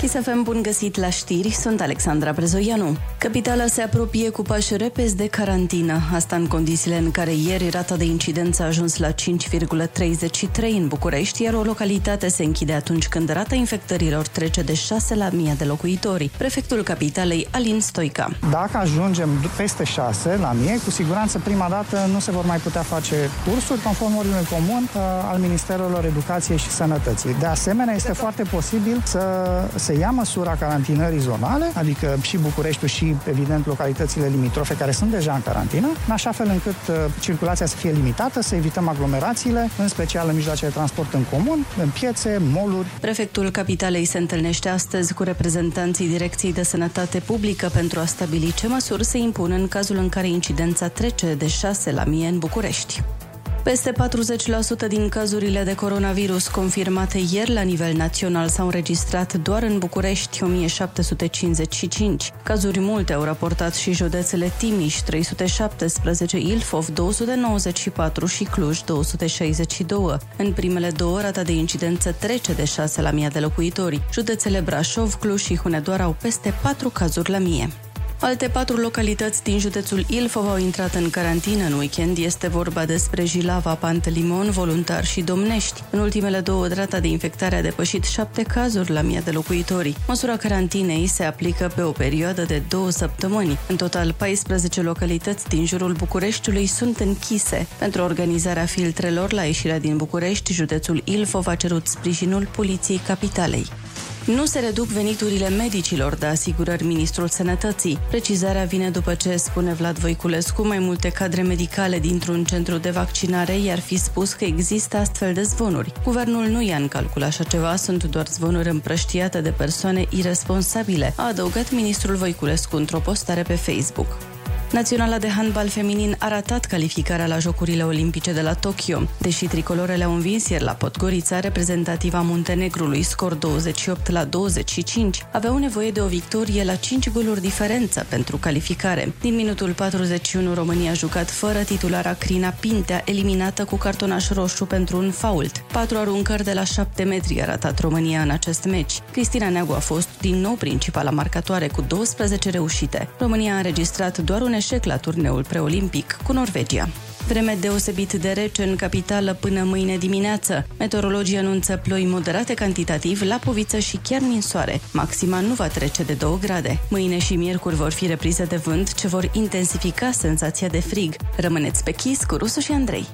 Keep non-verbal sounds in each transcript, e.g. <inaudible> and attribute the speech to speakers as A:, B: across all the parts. A: Chisafem, bun găsit la știri, sunt Alexandra Prezoianu. Capitala se apropie cu pași repezi de carantină, asta în condițiile în care ieri rata de incidență a ajuns la 5,33 în București, iar o localitate se închide atunci când rata infectărilor trece de 6 la 1000 de locuitori. Prefectul capitalei, Alin Stoica.
B: Dacă ajungem peste 6 la mie, cu siguranță prima dată nu se vor mai putea face cursuri conform ordinului comun uh, al Ministerelor Educației și Sănătății. De asemenea, este foarte posibil să se ia măsura carantinării zonale, adică și Bucureștiul și, evident, localitățile limitrofe care sunt deja în carantină, în așa fel încât uh, circulația să fie limitată, să evităm aglomerațiile, în special în mijloace de transport în comun, în piețe, moluri.
A: Prefectul Capitalei se întâlnește astăzi cu reprezentanții Direcției de Sănătate Publică pentru a stabili ce măsuri se impun în cazul în care incidența trece de 6 la 1000 în București. Peste 40% din cazurile de coronavirus confirmate ieri la nivel național s-au înregistrat doar în București 1755. Cazuri multe au raportat și județele Timiș 317, Ilfov 294 și Cluj 262. În primele două, rata de incidență trece de 6 la 1000 de locuitori. Județele Brașov, Cluj și Hunedoara au peste 4 cazuri la 1000. Alte patru localități din județul Ilfov au intrat în carantină în weekend. Este vorba despre Jilava, Pantelimon, Voluntar și Domnești. În ultimele două, rata de infectare a depășit șapte cazuri la mie de locuitori. Măsura carantinei se aplică pe o perioadă de două săptămâni. În total, 14 localități din jurul Bucureștiului sunt închise. Pentru organizarea filtrelor la ieșirea din București, județul Ilfov a cerut sprijinul Poliției Capitalei. Nu se reduc veniturile medicilor, de asigurări ministrul sănătății. Precizarea vine după ce, spune Vlad Voiculescu, mai multe cadre medicale dintr-un centru de vaccinare i-ar fi spus că există astfel de zvonuri. Guvernul nu ia în calcul așa ceva, sunt doar zvonuri împrăștiate de persoane irresponsabile, a adăugat ministrul Voiculescu într-o postare pe Facebook. Naționala de handbal feminin a ratat calificarea la Jocurile Olimpice de la Tokyo. Deși tricolorele au învins ieri la Podgorița, reprezentativa Muntenegrului, scor 28 la 25, aveau nevoie de o victorie la 5 goluri diferență pentru calificare. Din minutul 41, România a jucat fără titulara Crina Pintea, eliminată cu cartonaș roșu pentru un fault. Patru aruncări de la 7 metri a ratat România în acest meci. Cristina Neagu a fost din nou principala marcatoare cu 12 reușite. România a înregistrat doar un eșec la turneul preolimpic cu Norvegia. Vreme deosebit de rece în capitală până mâine dimineață. Meteorologii anunță ploi moderate cantitativ la poviță și chiar ninsoare. Maxima nu va trece de 2 grade. Mâine și miercuri vor fi reprize de vânt ce vor intensifica senzația de frig. Rămâneți pe chis cu Rusu și Andrei.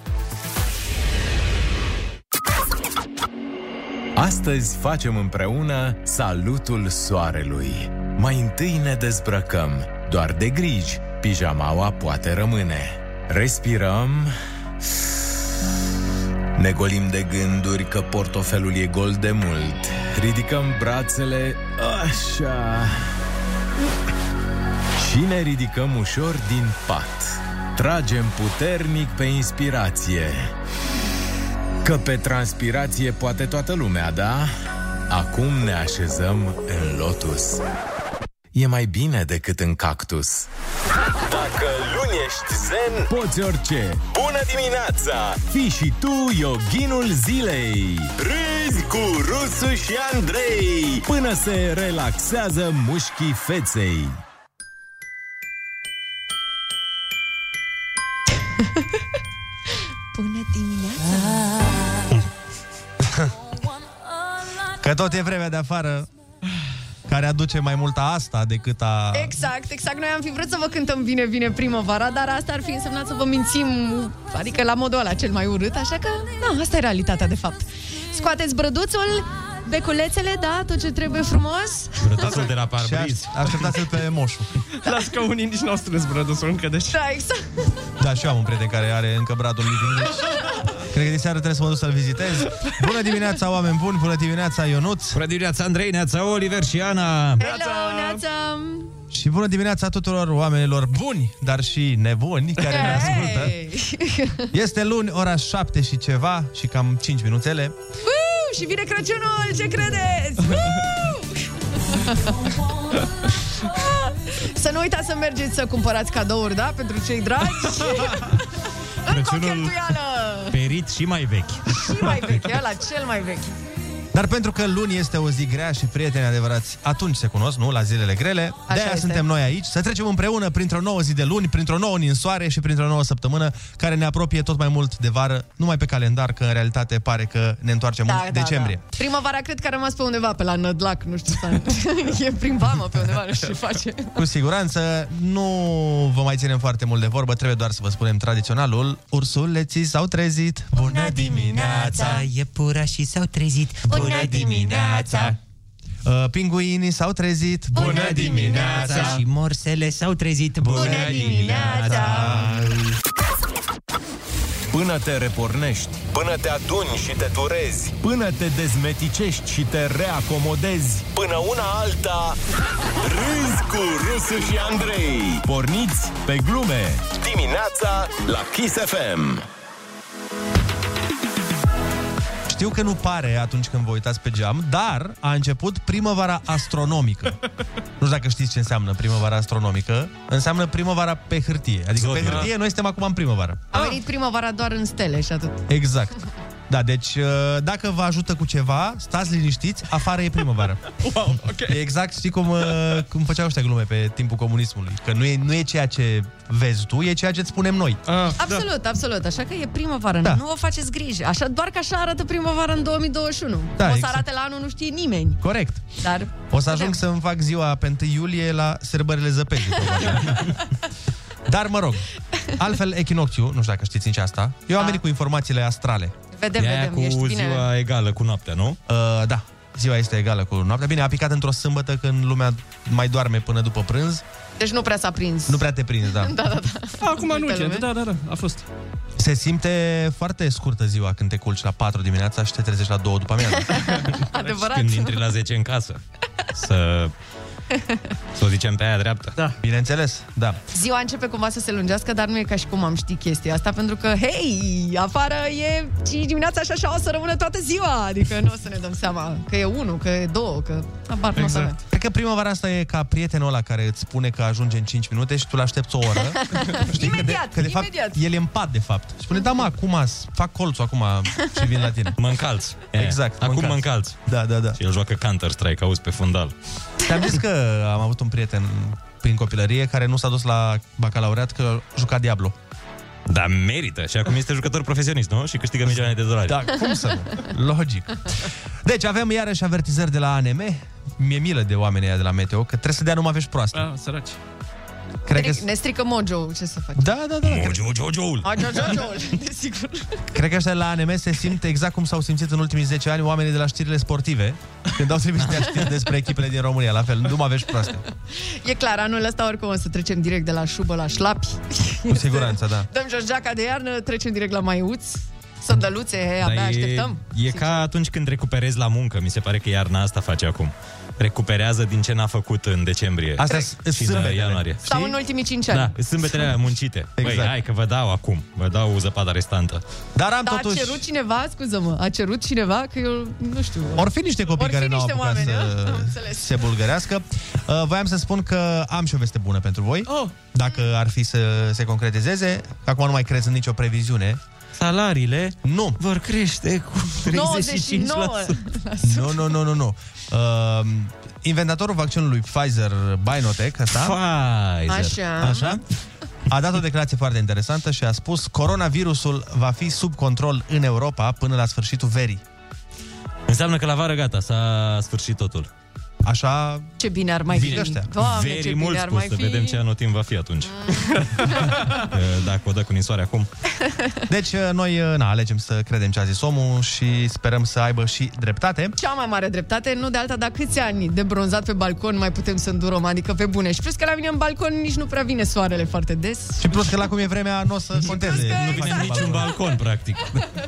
C: Astăzi facem împreună salutul soarelui. Mai întâi ne dezbrăcăm, doar de griji, pijamaua poate rămâne. Respirăm. Ne golim de gânduri că portofelul e gol de mult. Ridicăm brațele așa. Și ne ridicăm ușor din pat. Tragem puternic pe inspirație. Că pe transpirație poate toată lumea, da? Acum ne așezăm în lotus e mai bine decât în cactus.
D: Dacă luni ești zen,
C: poți orice.
D: Bună dimineața!
C: Fii și tu yoghinul zilei.
D: Râzi cu Rusu și Andrei.
C: Până se relaxează mușchii feței.
E: Bună dimineața!
F: Că tot e vremea de afară, care aduce mai mult a asta decât a...
E: Exact, exact. Noi am fi vrut să vă cântăm bine, bine primăvara, dar asta ar fi însemnat să vă mințim, adică la modul ăla cel mai urât, așa că, na, asta e realitatea, de fapt. Scoateți brăduțul, beculețele, da, tot ce trebuie frumos.
G: Brăduțul de la parbriz.
F: Așteptați-l pe moșul.
G: Las că unii nici nu au strâns brăduțul încă, deci...
E: Da, exact.
F: Da, și eu am un prieten care are încă bradul lui Cred că de seară trebuie să mă duc să-l vizitez. Bună dimineața, oameni buni! Bună dimineața, Ionuț!
G: Bună dimineața, Andrei, Neața, Oliver și Ana!
E: Hello, Neața!
F: Și bună dimineața tuturor oamenilor buni, dar și nebuni care hey! ne ascultă. Este luni, ora 7 și ceva și cam 5 minuțele.
E: Uuu, și vine Crăciunul, ce credeți?
F: <laughs>
E: Ah! să nu uitați să mergeți să cumpărați cadouri, da? Pentru cei dragi.
F: <laughs>
E: În
G: Crăciunul perit și mai vechi.
E: și mai vechi, la cel mai vechi.
F: Dar pentru că luni este o zi grea și prieteni adevărați atunci se cunosc, nu? La zilele grele.
E: Așa
F: De-aia
E: este.
F: suntem noi aici, să trecem împreună printr-o nouă zi de luni, printr-o nouă ninsoare și printr-o nouă săptămână care ne apropie tot mai mult de vară, numai pe calendar, că în realitate pare că ne întoarcem în decembrie. <laughs>
E: Da. Primăvara cred că a rămas pe undeva, pe la Nădlac, nu știu. Sau... <laughs> e prin vamă pe undeva, <laughs> nu știu ce face.
F: Cu siguranță nu vă mai ținem foarte mult de vorbă, trebuie doar să vă spunem tradiționalul. Ursuleții s-au trezit. Bună dimineața! Iepurașii s-au trezit.
H: Bună dimineața!
F: Uh, Pinguinii s-au trezit.
H: Bună dimineața! Și morsele s-au trezit. Bună dimineața!
C: Până te repornești, până te aduni și te turezi, până te dezmeticești și te reacomodezi, până una alta,
D: Râzi cu Rusu și Andrei.
C: porniți pe glume.
D: Dimineața la Kiss FM.
F: Știu că nu pare atunci când vă uitați pe geam, dar a început primăvara astronomică. nu știu dacă știți ce înseamnă primăvara astronomică. Înseamnă primăvara pe hârtie. Adică pe
E: Zodii.
F: hârtie noi suntem acum în primăvară.
E: A venit primăvara doar în stele și atât.
F: Exact. Da, deci uh, dacă vă ajută cu ceva, stați liniștiți, afară e primăvară. <laughs> Wow, okay. E exact, știi cum, uh, cum făceau ăștia glume pe timpul comunismului, că nu e, nu e ceea ce vezi tu, e ceea ce îți spunem noi. Ah,
E: Absolut, absolut. Așa că e primăvară.
F: Da.
E: Da. Nu vă faceți griji. Așa, doar că așa arată primăvara în 2021.
F: Da,
E: o să
F: exact.
E: arate la anul, nu știe nimeni.
F: Corect.
E: Dar
F: O să
E: Da.
F: ajung să-mi fac ziua pe 1 iulie la sărbările zăpezii. probabil.
E: <laughs>
F: Dar mă rog, altfel echinocțiu, nu știu dacă știți nici asta, eu am venit cu informațiile astrale.
E: Da. vedem, vedem. Ești bine.
F: egală cu noaptea, nu? Uh, da, ziua este egală cu noaptea. Bine, a picat într-o sâmbătă când lumea mai doarme până după prânz.
E: Deci nu prea s-a prins.
F: Nu prea te prinzi, da.
E: <laughs> Da, da, da.
G: Acum nu
E: Multă
G: e,
E: lume.
G: da, da, da, a fost.
F: Se simte foarte scurtă ziua când te culci la 4 dimineața și te trezești la 2 după amiază.
E: <laughs> Adevărat.
G: Când intri la 10 în casă. Să... Să o zicem pe aia dreaptă.
F: Da. Bineînțeles, da.
E: Ziua începe cumva să se lungească, dar nu e ca și cum am ști chestia asta, pentru că, hei, afară e 5 dimineața și așa o să rămână toată ziua. Adică nu o să ne dăm seama că e 1, că e 2, că abar nu o să avem.
F: Cred că primăvara asta e ca prietenul ăla care îți spune că ajunge în 5 minute și tu l aștepți o
E: <laughs>
F: oră. Știi
E: Imediat,
F: că de, că de fapt
E: imediat.
F: el e în pat, de fapt. Și spune, da, mă, acum as- fac colțul acum și vin la tine.
G: Mă încalți.
F: Exact,
G: Acum
F: mă
G: mă încalți.
F: Da, da, da.
G: Și el joacă Counter-Strike, auzi pe fundal.
F: Te-am zis că am avut un prieten prin copilărie care nu s-a dus la bacalaureat că juca Diablo.
G: Dar Da, merită. Și acum este jucător profesionist, nu? Și câștigă milioane de dolari.
F: Da, cum să nu? Logic. Deci avem iarăși avertizări de la ANM. Mi-e milă de oamenii ăia de la Meteo, că trebuie să dea numai vești proaste.
G: Da, săraci.
F: Cred că...
E: Ne strică mojo ce să faci?
F: Da, da, da.
G: Mojo, Jojo-ul.
E: Mojo, <laughs> desigur.
F: Cred că ăștia la ANM se simt exact cum s-au simțit în ultimii 10 ani oamenii de la știrile sportive, când au trimis niște știri despre echipele din România. La fel, nu mă aveți proaste.
E: E clar, anul ăsta oricum o să trecem direct de la șubă la șlapi.
F: Cu siguranță, da.
E: Dăm jos geaca de iarnă, trecem direct la maiuți, sandăluțe, hei, Păi, abia așteptăm.
G: E, e ca atunci când recuperezi la muncă. Mi se pare că iarna asta face acum. Recuperează din ce n-a făcut în decembrie.
F: Astea sunt
G: și în
F: sâmbetele.
G: ianuarie.
E: Sau în ultimii 5 ani.
G: Da, sâmbetele alea muncite. Exact. Băi,
F: Exact.
G: hai că vă dau acum. Vă dau zăpada restantă.
F: Dar am
E: Dar
F: totuși...
E: a Da, cerut cineva, scuză-mă, a cerut cineva că eu, nu știu.
F: Or fi niște copii
E: Or fi
F: care n-au
E: niște
F: apucat
E: oameni,
F: să
E: da? Am înțeles.
F: se bulgărească. Uh, Voiam să spun că am și o veste bună pentru voi. Oh. Dacă ar fi să se concretizeze, acum nu mai crezi în nicio previziune.
G: Salariile
F: Nu,
G: vor crește cu
E: 99.
F: nu, nu, nu, nu. nu. Uh, inventatorul vaccinului Pfizer BioNTech, asta,
G: Pfizer.
E: Așa.
F: Așa? A dat o declarație foarte interesantă și a spus coronavirusul va fi sub control în Europa până la sfârșitul verii.
G: Înseamnă că la vară gata, s-a sfârșit totul.
F: Așa,
E: Ce bine ar mai
F: Zic
E: fi.
F: ăștia.
E: Doamne,
G: Very
E: ce
G: mult
E: bine ar
G: spus,
E: mai
G: să
E: fi.
G: vedem ce anotim va fi
E: <laughs>
G: atunci. <laughs> Că Dacă o dă cu nisoare acum.
F: Deci uh, noi uh, na, alegem să credem ce a zis omul și sperăm să aibă și dreptate.
E: Cea mai mare dreptate, nu de alta, dar câți ani de bronzat pe balcon mai putem să îndurăm, adică pe bune. Și plus că la mine în balcon nici nu prea vine soarele foarte des.
F: Și plus că la cum e vremea, nu o să conteze.
E: că
F: Nu
E: exact.
F: faci
G: Exact. Niciun
F: niciun bal.
G: balcon,
E: <laughs>
G: practic.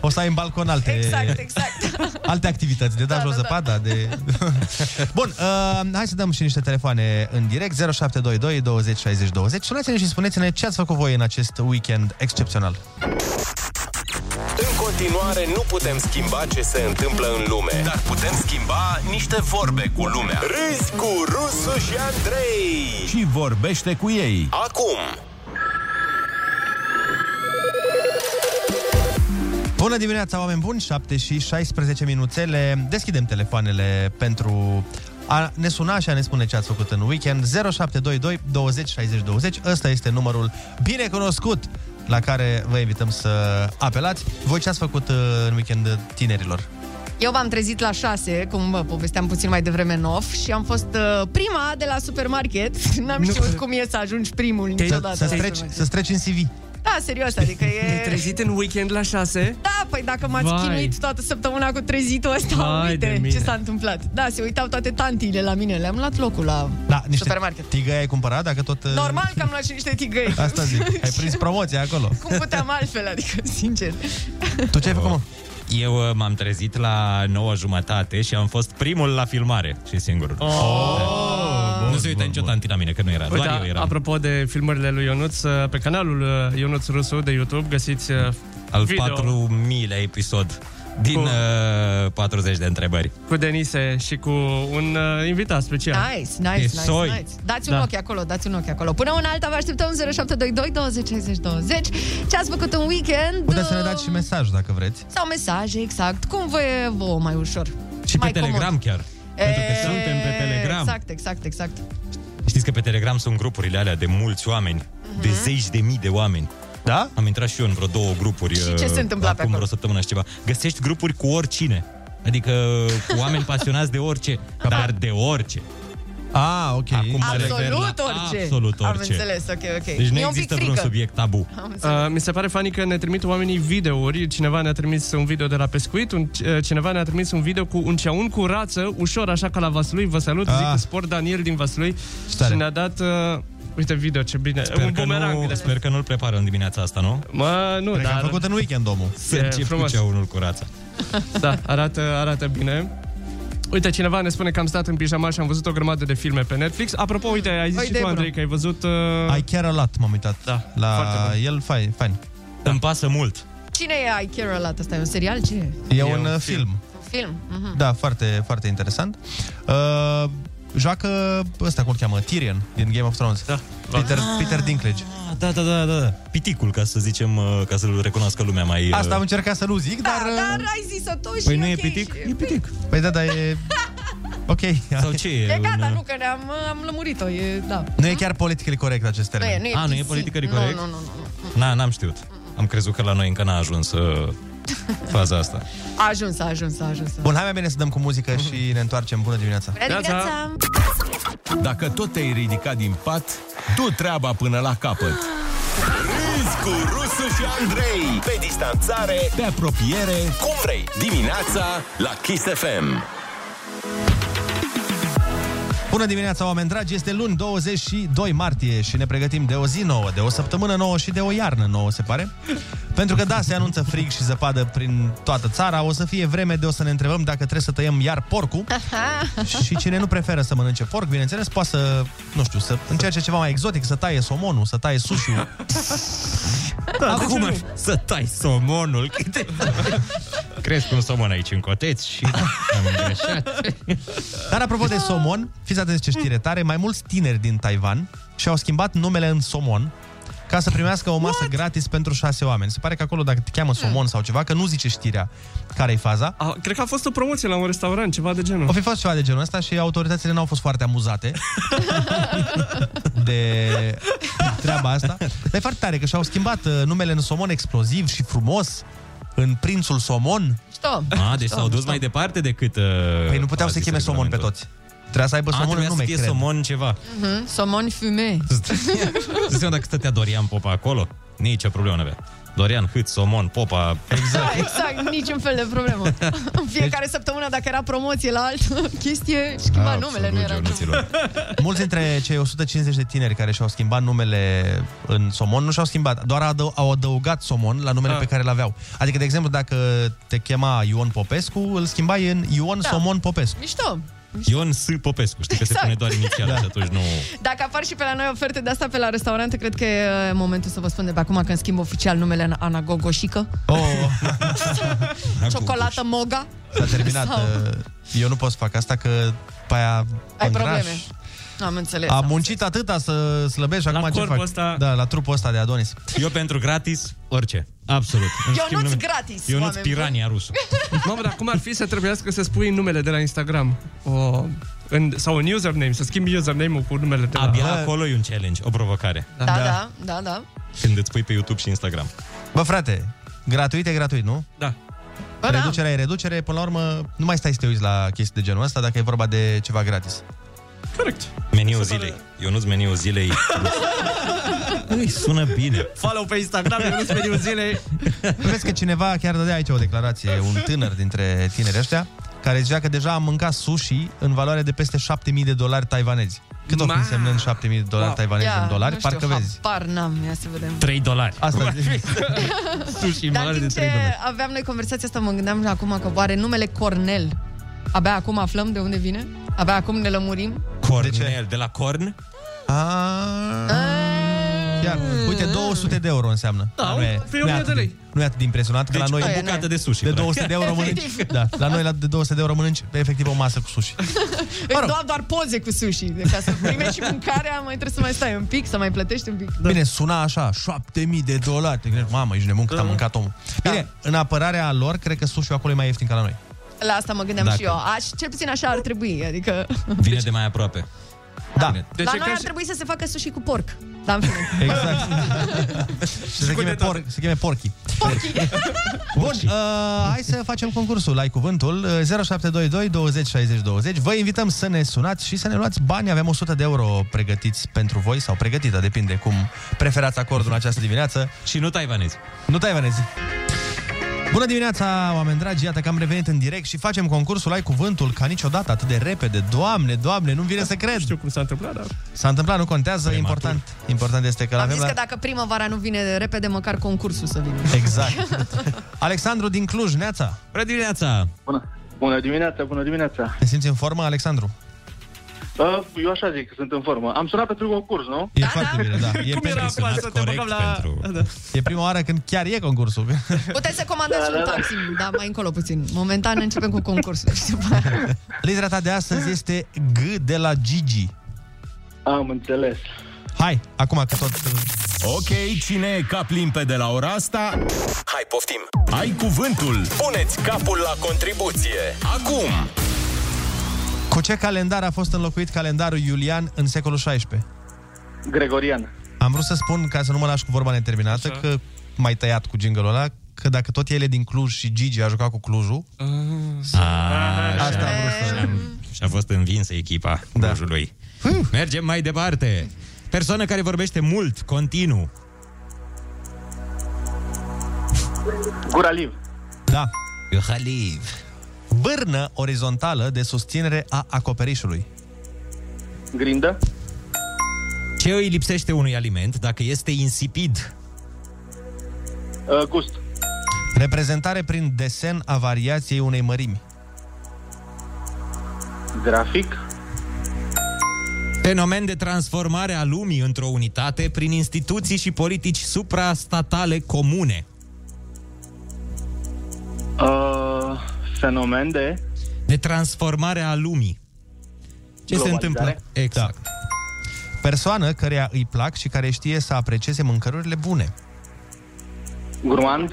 F: O să ai în balcon alte,
E: Exact, exact.
F: <laughs> alte activități, de da, da,
E: Da,
F: jos
E: da, da.
F: zăpada, de... <laughs> Bun, uh, hai să dăm și niște telefoane în direct, 0722 20 60 20. Sunați-ne și spuneți-ne ce ați făcut voi în acest weekend excepțional.
D: În continuare nu putem schimba ce se întâmplă în lume, dar putem schimba niște vorbe cu lumea. Râzi cu Rusu și Andrei.
C: Și vorbește cu ei.
D: Acum,
F: Bună dimineața, oameni buni, 7 și 16 minuțele. Deschidem telefoanele pentru a ne suna și a ne spune ce ați făcut în weekend. 0722 20 60 20. Ăsta este numărul binecunoscut la care vă invităm să apelați. Voi ce ați făcut uh, în weekend tinerilor?
E: Eu v-am trezit la 6, cum vă povesteam puțin mai devreme în off, și am fost uh, prima de la supermarket. <laughs> N-am știut cum e să ajungi primul niciodată.
F: Să
E: la
F: streci,
E: supermarket.
F: să streci în CV.
E: Da, serios, adică
F: <laughs>
I: Te-ai
E: e...
I: trezit în weekend la 6?
E: Da, păi dacă m-ați
I: Vai.
E: chinuit toată săptămâna cu trezitul ăsta,
I: Vai de
E: uite
I: mine.
E: ce s-a întâmplat. Da, se uitau toate tantiile la mine, le-am luat locul la...
F: Da, niște
E: Supermarket.
F: tigăi ai cumpărat, dacă
J: Da.
F: tot... uh,
E: Normal că am luat și niște tigăi.
F: <laughs> Asta zic, ai prins promoția acolo.
E: <laughs> Cum puteam altfel, adică, sincer.
F: Tu ce ai făcut, mă?
J: Eu uh, m-am trezit la 9 jumătate și am fost primul la filmare și singurul. Oh, nu se uită niciodată la mine, că nu era.
I: Uite,
J: Doar eu eram.
I: apropo de filmările lui Ionuț, uh, pe canalul uh, Ionuț Rusu de YouTube găsiți uh,
J: Al
I: video
J: 4000-lea episod din
I: Cu-
J: uh, 40 de întrebări.
I: cu Denise și cu un uh, invitat special.
E: Nice, nice, nice,
J: soi.
E: nice. Dați un
I: Da.
E: ochi acolo, dați un ochi acolo. Până una alta vă așteptăm 0722 20 60 20. Ce ați făcut în weekend?
F: Puteți să ne dați și
E: Da.
F: mesaj, dacă vreți.
E: Sau mesaje, exact. Cum vă e vouă mai ușor?
J: Și
E: mai
J: pe Telegram
E: comod.
J: chiar. Pentru că
E: E,
J: suntem pe Telegram.
E: Exact, exact, exact.
J: Știți că pe Telegram sunt grupurile alea de mulți oameni, de zeci de mii de oameni.
F: Da?
J: Am intrat și eu în vreo două grupuri.
E: Și ce
J: uh,
E: se întâmpla pe
J: acum
E: acolo?
J: vreo săptămână și ceva. Găsești grupuri cu oricine. Adică cu
E: <laughs>
J: oameni pasionați de orice, dar de orice.
F: Ah, ok.
J: Acum mă refer la
E: Da. Absolut orice.
J: Absolut
E: Am
J: orice.
E: înțeles, ok, ok.
J: Deci nu
E: Mi-e un pic
J: există
E: frică.
J: vreun subiect tabu.
E: Am înțeles.
I: Uh, mi se pare funny că ne trimit oamenii videouri. Cineva ne-a trimis un video de la pescuit, un, uh, cineva ne-a trimis un video cu un ceaun cu rață, ușor așa ca la Vaslui. Vă salut,
F: Ah.
I: zic cu sport Daniel din Vaslui.
F: tare.
I: Și ne-a dat... Uh, uite video, ce bine.
J: Sper
I: un
J: că,
I: bumerang.
J: nu,
I: de-
J: sper că nu-l prepară în dimineața asta, nu?
I: Mă, nu,
F: Cred că
I: dar...
F: am făcut în weekend, omul.
J: Să
I: E,
J: încep cu
I: frumos.
J: cea unul cu rața.
I: Da, arată, arată bine. Uite, cineva ne spune că am stat în pijama și am văzut o grămadă de filme pe Netflix. Apropo, uite, ai zis
E: Ai
I: și
E: idee
I: tu,
E: bună.
I: Andrei, că ai văzut... Uh...
F: I care a lot, m-am uitat.
I: Da, foarte
F: La
I: bun.
F: el, fain, fain.
J: Îmi pasă mult.
E: Cine e I Care A Lot? Asta e un serial? Ce e?
F: E, e un, un film. film.
E: Un film? Mhm.
F: Da, foarte, foarte interesant. Uh, joacă ăsta, cum îl cheamă, Tyrion, din Game of Thrones. Da. Peter, Peter Dinklage.
J: Ah, Da, da, da, da. da. Piticul, ca să zicem, uh, ca să-l recunoască lumea mai... uh,
F: Asta am încercat să nu zic,
E: Da,
F: dar... uh,
E: dar ai zis-o tu și
J: Păi nu
E: ok,
J: e pitic?
E: și-
J: E pitic.
F: Păi da, dar
J: <laughs>
F: e... Ok.
J: Sau ce e?
E: E gata,
J: un, uh,
E: nu, că ne-am am lămurit-o, e, da.
F: Nu e chiar politically corect acest
E: Nu
F: termen.
E: e, nu e
J: A, Ah, nu e
E: PC.
J: politically
E: Nu,
J: corect?
E: Nu, nu, nu.
J: Na, n-am știut. Am crezut că la noi încă n-a ajuns
E: <laughs>
J: uh, faza asta.
E: A ajuns, a ajuns, a ajuns.
F: Bun, hai mai bine să dăm cu muzică și
K: Mhm.
F: ne întoarcem. Bună dimineața!
E: Bună dimineața!
K: Dacă tot te-ai ridicat din pat, du treaba până la capăt.
D: Râzi cu Rusu și Andrei Pe distanțare,
K: Pe apropiere,
D: cum vrei Dimineața la Kiss FM
F: Bună dimineața, oameni dragi! Este luni 22 martie și ne pregătim de o zi nouă, de o săptămână nouă și de o iarnă nouă, se pare. Pentru că, da, se anunță frig și zăpadă prin toată țara. O să fie vreme de o să ne întrebăm dacă trebuie să tăiem iar porcul.
E: Da. Ah.
F: și cine nu preferă să mănânce porc, bineînțeles, poate să, nu știu, să încerce ceva mai exotic, să taie somonul, să taie sushi-ul.
J: Da,
F: Da,
J: Acum ar fi să tai somonul câte... Cresc un somon aici în coteți <laughs> și am îngreșat.
F: Dar apropo de somon, fiți atenți ce știre tare, mai mulți tineri din Taiwan și-au schimbat numele în somon ca să primească o masă gratis pentru șase oameni. Se pare că acolo, dacă te cheamă somon sau ceva, că nu zice știrea care-i faza.
I: A, cred că a fost o promoție la un restaurant, ceva de genul.
F: O fi fost ceva de genul ăsta și autoritățile n-au fost foarte amuzate
I: <laughs>
F: de treaba asta. Dar e foarte tare că și-au schimbat uh, numele în somon exploziv și frumos, în prințul somon.
E: Stop!
J: A, deci s-au dus mai departe decât... Uh,
F: Păi nu puteau
J: a
F: să
J: zis
F: cheme somon pe
J: regulamentul.
F: toți. Trebuia să aibă
J: A,
F: somon în
J: trebuia să
F: nume,
J: fie
F: cred.
J: somon ceva.
E: Mhm. Somon fume.
J: Să seama dacă stătea Dorian Popa acolo, nicio problemă nu avea. Dorian, Hâț, Somon, Popa,
E: Da, <laughs> exact, niciun fel de
J: <laughs>
E: problemă. În fiecare săptămână, dacă era promoție la altă <laughs> chestie,
J: Ah,
E: schimba numele, nu era.
J: Ionuților.
F: <laughs> Mulți dintre cei 150 de tineri care și-au schimbat numele în somon nu și-au schimbat, doar adă- au adăugat somon la numele
I: Ah.
F: pe care l-aveau. Adică, de exemplu, dacă te chema Ion Popescu, îl schimbai în Ion
E: Da.
F: Somon Popescu.
E: Mișto!
J: Ion S. Popescu, știi că se
E: Exact.
J: pune doar
F: Da.
J: inițial și atunci nu...
E: Dacă apar și pe la noi oferte de asta pe la restaurante, cred că e uh, momentul să vă spun de pe acum când schimb oficial numele în Ana Gogoșică, <laughs>
F: Oh,
E: ciocolată moga.
F: s-a terminat. uh,
E: Sau-
F: Eu nu pot să fac asta că pe aia
E: Ai
F: mă îngraș.
E: probleme. Am înțeles.
F: A muncit atâta să slăbești și acum ce
J: corpul
F: fac?
J: ăsta-
F: Da, la trupul ăsta de Adonis.
J: Eu pentru gratis, orice. Absolut. Îmi schimb
E: Ionuț
J: numele.
E: gratis,
J: Ionuț
E: oameni <laughs>
J: Pirania rusul.
I: Mamă, dar cum ar fi să trebuiască să spui numele de la Instagram? O, în, sau un username, să schimbi username-ul cu numele de la...
J: Abia acolo e un challenge, o provocare.
E: Da, da, da, da.
J: Când îți pui pe YouTube și Instagram.
F: Bă, frate, gratuit e gratuit, nu?
I: Da.
E: Bă, da.
F: Reducerea e reducere, până la urmă nu mai stai să te uiți la chestii de genul ăsta dacă e vorba de ceva gratis.
I: Corect.
J: Meniul zilei. Ionuț meniul
E: <laughs>
J: zilei. Îi sună bine.
I: Follow pe Instagram, eu nu speriu zile.
F: <laughs> Vezi că cineva chiar dădea aici o declarație, un tânăr dintre tinerii ăștia, care zicea că deja a mâncat sushi în valoare de peste 7000 de dolari taiwanezi. Cât o fi
I: Ma.
F: însemnând 7000 de dolari taiwanezi în dolari?
E: nu știu,
F: Parcă vezi.
E: Habar n-am, ia să vedem. <laughs>
J: 3 dolari.
F: Asta
I: <laughs>
F: zic.
I: Sushi,
E: Dar în timp ce aveam noi conversația asta, mă gândeam acum că oare numele Cornel, abia acum aflăm de unde vine? Abia acum ne lămurim?
J: Cornel, de la Corn?
I: Ah.
F: A, Chiar, Ah. uite, 200 de euro înseamnă. Da, nu e, nu
I: pe
F: e
I: 1000
F: atât
I: de
F: de,
I: lei.
F: nu e atât de impresionant, că
J: Deci
F: la noi
J: o
E: aia
J: bucată
E: n-ai.
J: de sushi.
F: de
J: practic.
F: 200 de euro mănânci. Da, la noi la de 200 de euro mănânci efectiv o masă cu sushi.
E: Mă rog. doar, doar poze cu sushi, de ca să primești și mâncarea, mai trebuie să mai stai un pic, să mai plătești un pic.
F: Da. Bine, suna așa, 7000 de dolari. Te gândești, mamă, ești nebun cât
I: Da.
F: a mâncat omul. Bine, în apărarea lor, cred că sushi acolo e mai ieftin ca la noi.
E: La asta mă gândeam
J: Dacă-
E: și eu. Aș, cel puțin așa ar trebui, adică...
J: Vine de mai aproape.
F: Da,
I: De
E: la
I: ce
E: noi ar
I: crește?
E: trebui să se facă sushi cu porc. Dar în fine.
F: exact. Și se, cheme por- se cheme porchi. <laughs> Bun, uh, hai să facem concursul. Ai cuvântul uh, 0722 20 60 20. Vă invităm să ne sunați și să ne luați bani. Avem 100 de euro pregătiți pentru voi sau pregătită, depinde cum preferați acordul în această dimineață.
J: Și nu taiwanezi.
F: Nu taiwanezi. Bună dimineața, oameni dragi! Iată că am revenit în direct și facem concursul Ai Cuvântul ca niciodată atât de repede. Doamne, doamne, nu vine să
I: Nu
F: cred!
I: știu cum s-a întâmplat, dar...
F: S-a întâmplat, nu contează,
J: Prematur.
F: important, important este că
E: Am
F: avem
E: zis că dacă primăvara nu vine repede, măcar concursul să vină.
F: Exact. Alexandru din Cluj, Neața.
J: Bună dimineața!
L: Bună. Bună dimineața, bună dimineața.
F: Te simți în formă, Alexandru?
L: Uh, Eu așa zic că sunt în formă. Am sunat pentru concurs, nu?
F: E foarte bine, da. E,
I: Cum era
F: pe,
I: acum să
J: sunat
I: te băgăm
J: corect
I: la...
J: pentru-
I: Da.
F: e prima oară când chiar e
I: <laughs>
F: concursul.
E: <laughs> Puteți să comandați
L: Da,
E: un
L: da, da.
E: taxi, dar mai încolo puțin. Momentan începem cu
F: <laughs>
E: concursul. Și după aia-
F: Litera ta de astăzi este G de la Gigi.
L: Am înțeles.
F: Hai, acum că tot...
D: Ok, cine e cap limpede la ora asta?
M: Hai, poftim!
D: Ai cuvântul!
M: Puneți capul la contribuție! Acum!
F: Cu ce calendar a fost înlocuit calendarul Iulian în secolul XVI?
L: Gregorian.
F: Am vrut să spun, ca să nu mă lași cu vorba neterminată,
I: Așa.
F: că mai tăiat cu jingle ăla, că dacă tot ele din Cluj și Gigi a jucat cu Clujul,
J: A,
F: asta am vrut să... Da.
J: și a fost învinsă echipa Clujului. Mergem mai departe. Persoană care vorbește mult, continuu.
L: Guraliv.
F: Da.
J: Haliv.
F: Bârnă orizontală de susținere a acoperișului.
L: Grindă.
J: Ce îi lipsește unui aliment dacă este insipid?
L: Uh, Gust.
F: Reprezentare prin desen a variației unei mărimi.
L: Grafic.
J: Fenomen de transformare a lumii într-o unitate prin instituții și politici suprastatale comune.
L: Uh, fenomen de...
J: De transformare a lumii. Ce se
L: Globalizare.
J: întâmplă? Exact. Da.
F: Persoană căreia îi plac și care știe să aprecieze mâncărurile bune.
L: Gruand.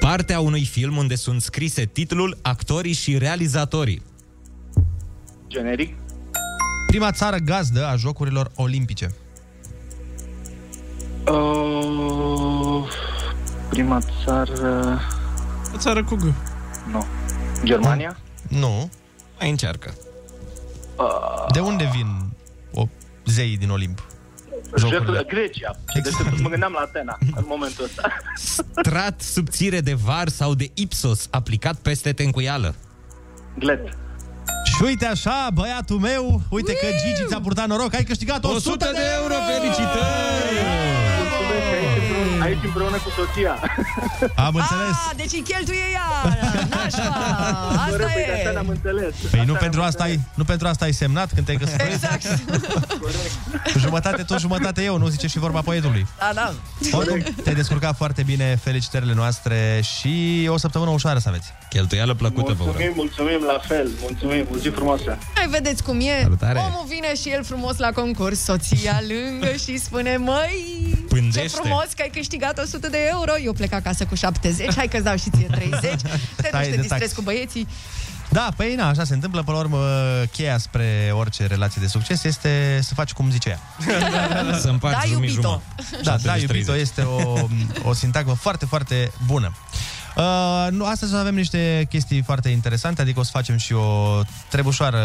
J: Partea unui film unde sunt scrise titlul, actorii și realizatorii.
L: Generic.
F: Prima țară gazdă a Jocurilor Olimpice.
L: Uh, prima țară...
I: O țară cu G.
L: Nu. Germania.
F: Nu.
J: Mai încearcă.
F: De unde vin o zeii din Olimp?
L: Jocurile.
F: Jocurile. Exact.
L: Grecia. Deci mă gândeam la Atena în momentul ăsta.
F: <laughs>
J: Strat subțire de var sau de ipsos aplicat peste tencuială.
L: Glet.
F: Și uite așa, băiatul meu, uite că Gigi ți-a purtat noroc, ai câștigat 100 de euro!
J: felicitări!
L: Mulțumesc că ești într-un
N: Aici împreună cu soția.
F: Am înțeles.
E: Ah, deci îi cheltuie ea. Nașpa.
N: Mă rog,
E: Asta
N: uite,
E: e.
N: Asta n-am înțeles.
F: Păi nu pentru, asta ai, nu pentru asta ai semnat când te-ai căsătorit?
E: Exact.
F: Jumătate tu, jumătate eu, nu zice și vorba poetului.
E: Da, da.
F: Oricum, te-ai descurcat foarte bine, felicitările noastre și o săptămână ușoară să aveți.
G: Cheltuială plăcută, vă urăm.
N: Mulțumim, mulțumim la fel. Mulțumim, o zi frumoasă.
E: Hai, vedeți cum e.
G: Salutare.
E: Omul vine și el frumos la concurs, soția lângă și spune, măi,
G: Pândește.
E: ce frumos că ai câștigat 100 de euro. Eu plec acasă cu 70, hai că-ți dau și ție 30.
F: Stai
E: Te duci, te
F: de
E: distrezi
F: taxi.
E: cu băieții.
F: Da, păi na, așa se întâmplă. Până la urmă, cheia spre orice relație de succes este să faci cum zice ea.
G: <laughs> Să împarți
E: Da,
G: jumii
E: iubito.
G: jumătate.
F: Da, da,
G: 70-30.
F: iubito, este o, o sintagmă foarte, foarte bună. Uh, nu, astăzi avem niște chestii foarte interesante, adică o să facem și o trebușoară,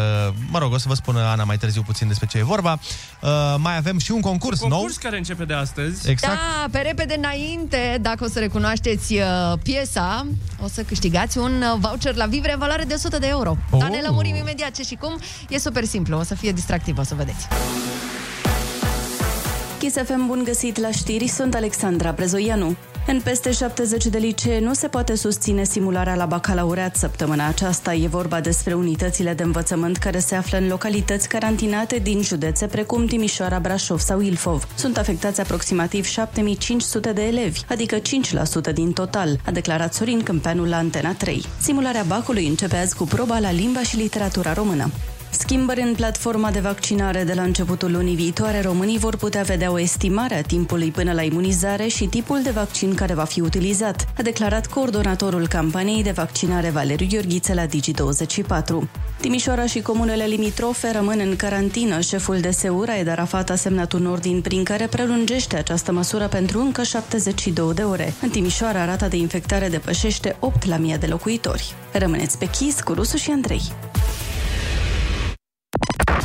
F: mă rog, o să vă spună Ana mai târziu puțin despre ce e vorba. Uh, mai avem și un concurs,
I: Concurs
F: nou.
I: care începe de astăzi.
F: Exact.
E: Da, pe repede înainte, dacă o să recunoașteți uh, piesa, o să câștigați un uh, voucher la Vivre în valoare de 100 de euro. Oh. Dar ne
F: Oh.
E: lămurim imediat ce și cum. E super simplu, o să fie distractiv, o să vedeți.
A: Kiss FM, bun găsit la știri, sunt Alexandra Brezoianu. În peste 70 de licee nu se poate susține simularea la bacalaureat săptămâna aceasta. E vorba despre unitățile de învățământ care se află în localități carantinate din județe precum Timișoara, Brașov sau Ilfov. Sunt afectați aproximativ 7500 de elevi, adică 5% din total, a declarat Sorin Câmpeanu la Antena 3. Simularea bacului începe azi cu proba la limba și literatura română. Schimbări în platforma de vaccinare de la începutul lunii viitoare, românii vor putea vedea o estimare a timpului până la imunizare și tipul de vaccin care va fi utilizat, a declarat coordonatorul campaniei de vaccinare Valeriu Gheorghiță la Digi24. Timișoara și comunele limitrofe rămân în carantină. Șeful de Seura, Ed Arafat, a semnat un ordin prin care prelungește această măsură pentru încă 72 de ore. În Timișoara, rata de infectare depășește 8 la 1000 de locuitori. Rămâneți pe chis cu Rusu și Andrei.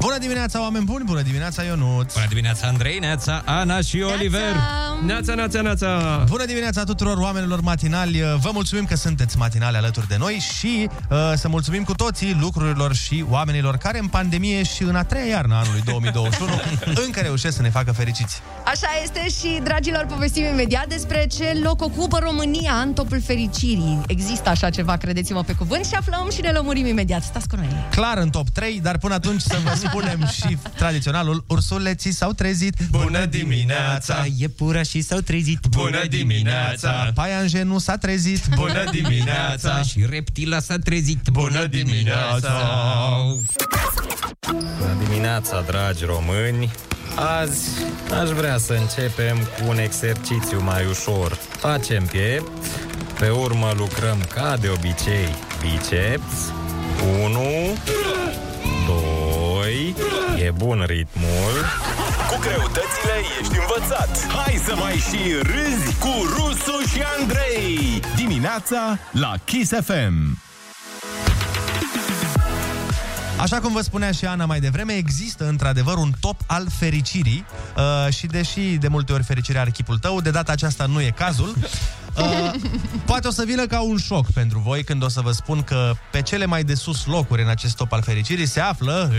F: Bună dimineața, oameni buni! Bună dimineața, Ionuț!
G: Bună dimineața, Andrei, Neața, Ana și Oliver.
I: Neața, neața, neața.
F: Bună dimineața tuturor oamenilor matinali! Vă mulțumim că sunteți matinale alături de noi și uh, să mulțumim cu toții lucrurilor și oamenilor care în pandemie și în a treia iarnă a anului
I: <laughs>
F: 2021 încă reușesc să ne facă fericiți.
E: Așa este și, dragilor, povestim imediat despre ce loc ocupă România în topul fericirii. Există așa ceva, credeți-mă pe cuvânt, și aflăm și ne lămurim imediat. Stați cu noi!
F: Clar în top 3, dar până atunci să vă spunem și tradiționalul ursuleții s-au trezit.
I: Bună dimineața!
H: Iepura și s-au trezit
I: Bună dimineața!
F: Paianje nu s-a trezit.
I: Bună dimineața!
H: Și reptila s-a trezit
I: Bună dimineața!
G: Bună dimineața, dragi români! Azi aș vrea să începem cu un exercițiu mai ușor. Facem piept, pe urmă lucrăm ca de obicei biceps. 1, 2, e bun ritmul.
D: Cu greutățile ești învățat! Hai să mai și râzi cu Rusu și Andrei!
F: Da.
C: Dimineața la Kiss FM.
F: Așa cum vă spunea și Ana mai devreme, există într-adevăr un top al fericirii uh, și deși de multe ori fericirea are chipul tău, de data aceasta nu e
G: <laughs>
F: cazul. Uh, poate o să vină ca un șoc pentru voi când o să vă spun că pe cele mai de sus locuri în acest top al fericirii se află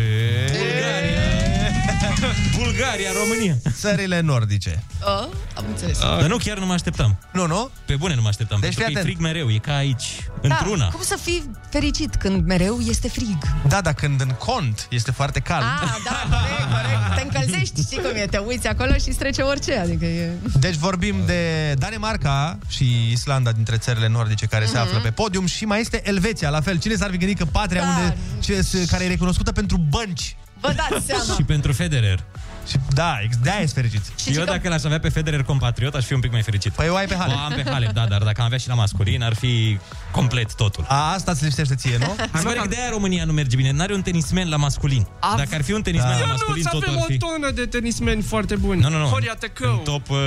G: Bulgaria, România!
F: țările nordice.
E: Oh, am înțeles.
G: Dar nu, chiar nu mă așteptam.
F: Nu, nu?
G: Pe bune nu mă așteptam,
F: Deci
G: deci pentru
F: fii
G: că e
F: atent. Da.
G: frig mereu, e ca aici, într-una.
E: Da, cum să fii fericit când mereu este frig?
F: Da, dar când în cont este foarte cald.
E: Ah, da, corect, corect. Te încălzești, știi cum e, te uiți acolo și trece orice, adică e...
F: Deci vorbim de Danemarca și Islanda dintre țările nordice care
E: Mhm.
F: se află pe podium și mai este Elveția, la fel. Cine s-ar fi gândit că patria
E: Da.
F: unde, ce, care e recunoscută pentru bănci
J: <laughs>
E: Vă dați seama.
G: Și pentru Federer.
F: Și da, ex- de-aia ești fericit.
J: Eu dacă l-aș avea pe Federer compatriot, aș fi un pic mai fericit. Păi
F: o ai pe Halep.
J: O am pe Halep, da, dar dacă am avea și la masculin, ar fi complet totul.
F: A, asta îți lipsește ție, nu?
J: Hai mă, că de-aia România nu merge bine. N-are un tenismen la masculin.
I: Av-
J: Dacă ar fi un
F: Da.
J: tenismen la
I: Eu nu,
J: masculin,
I: să
J: totul
I: avem
J: ar
I: o
J: fi...
I: tonă de tenismeni foarte buni.
J: Nu, nu, nu.
I: Horia Tăcău.
J: În top uh,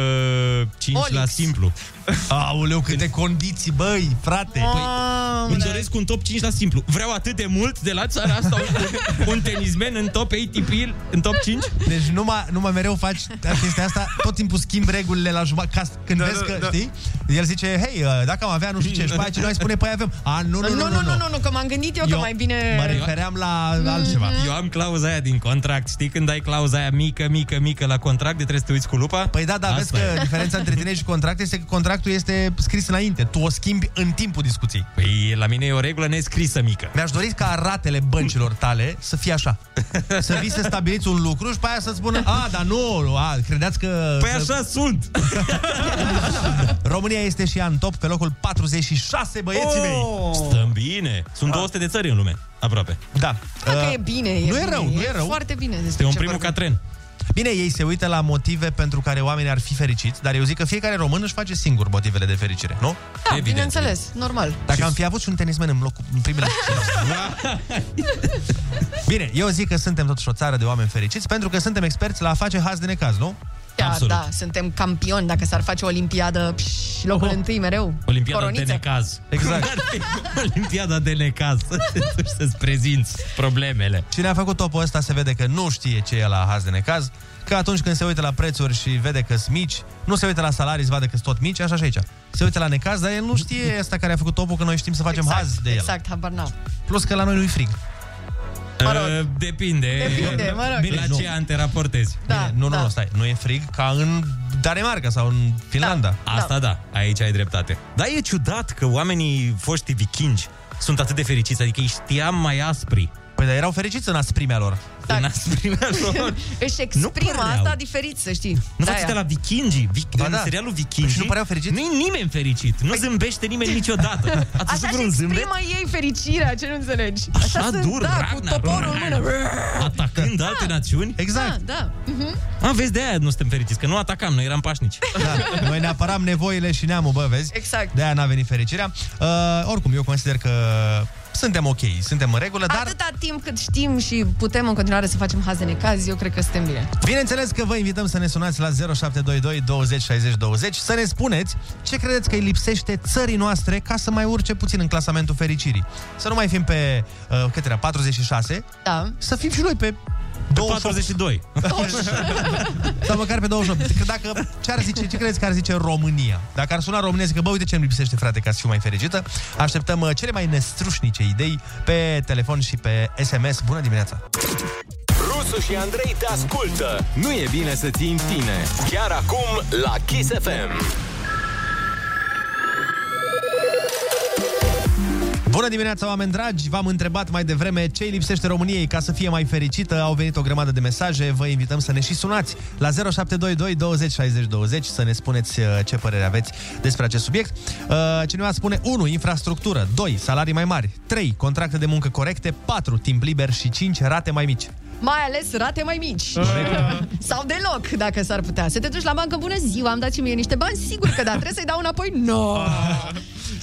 J: 5
I: Olix.
J: la simplu.
F: Aoleu, câte condiții, băi, frate.
J: Păi, îmi doresc un top 5 la simplu. Vreau atât de mult de la țara asta un, <laughs> un tenismen în top ATP, în top 5?
F: Deci numai, numai mereu faci chestia asta, tot timpul schimbi regulile la jumătate, ca când da, vezi că, da, știi? El zice, hei, uh, dacă am avea nu știu ce, și pe aia cineva îi spune, păi avem. A, nu, nu, nu, nu, nu, nu,
E: nu, nu, că m-am gândit eu, eu că mai bine... Mm-hmm.
F: Mă refeream la altceva.
J: Mm-hmm. Eu am clauza aia din contract. Știi când ai clauza aia mică, mică, mică la contract de trebuie să te uiți cu lupa?
F: Păi da, dar vezi că diferența între tine și contract este că contractul este scris înainte. Tu o schimbi în timpul discuției.
J: Păi la mine e o regulă nescrisă mică.
F: Mi-aș dori ca ratele băncilor tale să fie așa. Să vii să stabiliți un lucru și pe aia să spună, a, dar nu, a, credeți că...
J: Păi
F: că-
J: așa sunt!
F: România este și ea în top pe locul 46, băieții mei.
J: Stăm bine!
F: Ah.
J: Sunt 200 de țări în lume, aproape.
F: Da.
E: Da, că e bine. E
F: nu e
E: bine,
F: rău, nu e rău.
E: Foarte bine.
J: Este un primul
E: ca...
J: ca tren.
F: Bine, ei se uită la motive pentru care oamenii ar fi fericiți, dar eu zic că fiecare român își face singur motivele de fericire, nu?
E: Da, bineînțeles, normal.
J: Da.
E: <laughs>
J: <laughs>
F: Dacă am fi avut și un tenismen în, locul, în primele Bine, eu zic că suntem totuși o țară de oameni fericiți pentru că suntem experți la a face haz de necaz, nu?
E: Da,
F: Absolut.
E: da, suntem campioni dacă s-ar face o olimpiadă pș,
J: Oh.
E: locul întâi
J: <laughs>
E: mereu.
J: Olimpiada
E: Coroniță.
J: de necaz.
F: Exact.
J: Ar fi Olimpiada de necaz. <laughs> Să Să-ți prezinți problemele.
F: Cine a făcut topul ăsta se vede că nu știe ce e la haz de necaz, că atunci când se uită la prețuri și vede că sunt mici, nu se uită la salarii, se vede că sunt tot mici, așa și aici. Se uită la necaz, dar el nu știe asta care a făcut topul, că noi știm să facem
E: Exact,
F: haz de el.
E: Exact, habar n-am.
F: Plus că la noi nu-i frig.
J: Uh, Depinde.
E: Depinde, mă rog.
J: Bine, la
F: Deci nu.
J: ce anteraportezi.
E: Da,
F: Bine, nu,
E: da.
F: nu, nu, stai. Nu e frig ca în Danemarca sau în Finlanda.
J: Asta da. aici ai dreptate. Dar e ciudat că oamenii foștii vikingi sunt atât de fericiți, adică îi știam mai aspri.
F: Păi, dar erau fericiți în asprimea lor.
J: În
E: Da.
J: asprimea lor.
E: Își
J: păreau.
E: exprimă asta diferit, să știi. Da,
J: Nu
E: De-aia.
J: faci la vikingi, Vic-
F: Da, Ba
J: în
F: da.
J: serialul vikingi.
F: Și nu păreau fericiți? Păi-
J: Nu e nimeni fericit. Nu zâmbește nimeni
F: <laughs>
J: niciodată. Ați
E: Așa
J: văzut
E: și
J: vreun zâmbet?
E: exprimă ei fericirea, ce nu înțelegi?
J: Așa,
E: sunt,
J: dur,
E: da, cu
J: Ragnar. <laughs>
E: toporul în mână.
J: Atacând alte națiuni?
E: Da,
F: Exact.
E: da.
J: A, vezi, de aia nu suntem fericiți, că nu atacam, noi eram pașnici.
F: Da. Noi ne apăram nevoile și neamul, bă, vezi?
E: Exact.
F: De-aia n-a venit fericirea. Uh, oricum, eu consider că suntem ok, suntem în regulă, dar...
E: Atâta timp cât știm și putem în continuare să facem haz de necaz, eu cred că suntem bine.
F: Bineînțeles că vă invităm să ne sunați la 0722 20 60 20 să ne spuneți ce credeți că îi lipsește țării noastre ca să mai urce puțin în clasamentul fericirii. Să nu mai fim pe, uh, cât era, 46,
E: Da. <laughs>
F: să fim și noi pe 28.
J: 42.
F: <laughs> Sau măcar pe 28. Că dacă, ce, ar zice, ce credeți că ar zice România? Dacă ar suna România, zic că, bă, uite ce îmi lipsește, frate, ca să fiu mai fericită. Așteptăm uh, cele mai nestrușnice idei pe telefon și pe SMS. Bună dimineața!
D: Rusu și Andrei te ascultă. Nu e bine să ții în tine. Chiar acum la Kiss FM.
F: Bună dimineața, oameni dragi! V-am întrebat mai devreme ce îi lipsește României ca să fie mai fericită. Au venit o grămadă de mesaje. Vă invităm să ne și sunați la 0722 20 60 20 să ne spuneți uh, ce părere aveți despre acest subiect. Uh, Cineva spune 1. Infrastructură 2. Salarii mai mari 3. Contracte de muncă corecte 4. Timp liber și 5. Rate mai mici.
E: Mai ales rate mai
F: <laughs>
E: mici. Sau deloc, dacă s-ar putea. Să te duci la bancă, bună ziua, am dat și mie niște bani, sigur că da, trebuie să-i dau înapoi.
F: <laughs>
E: No!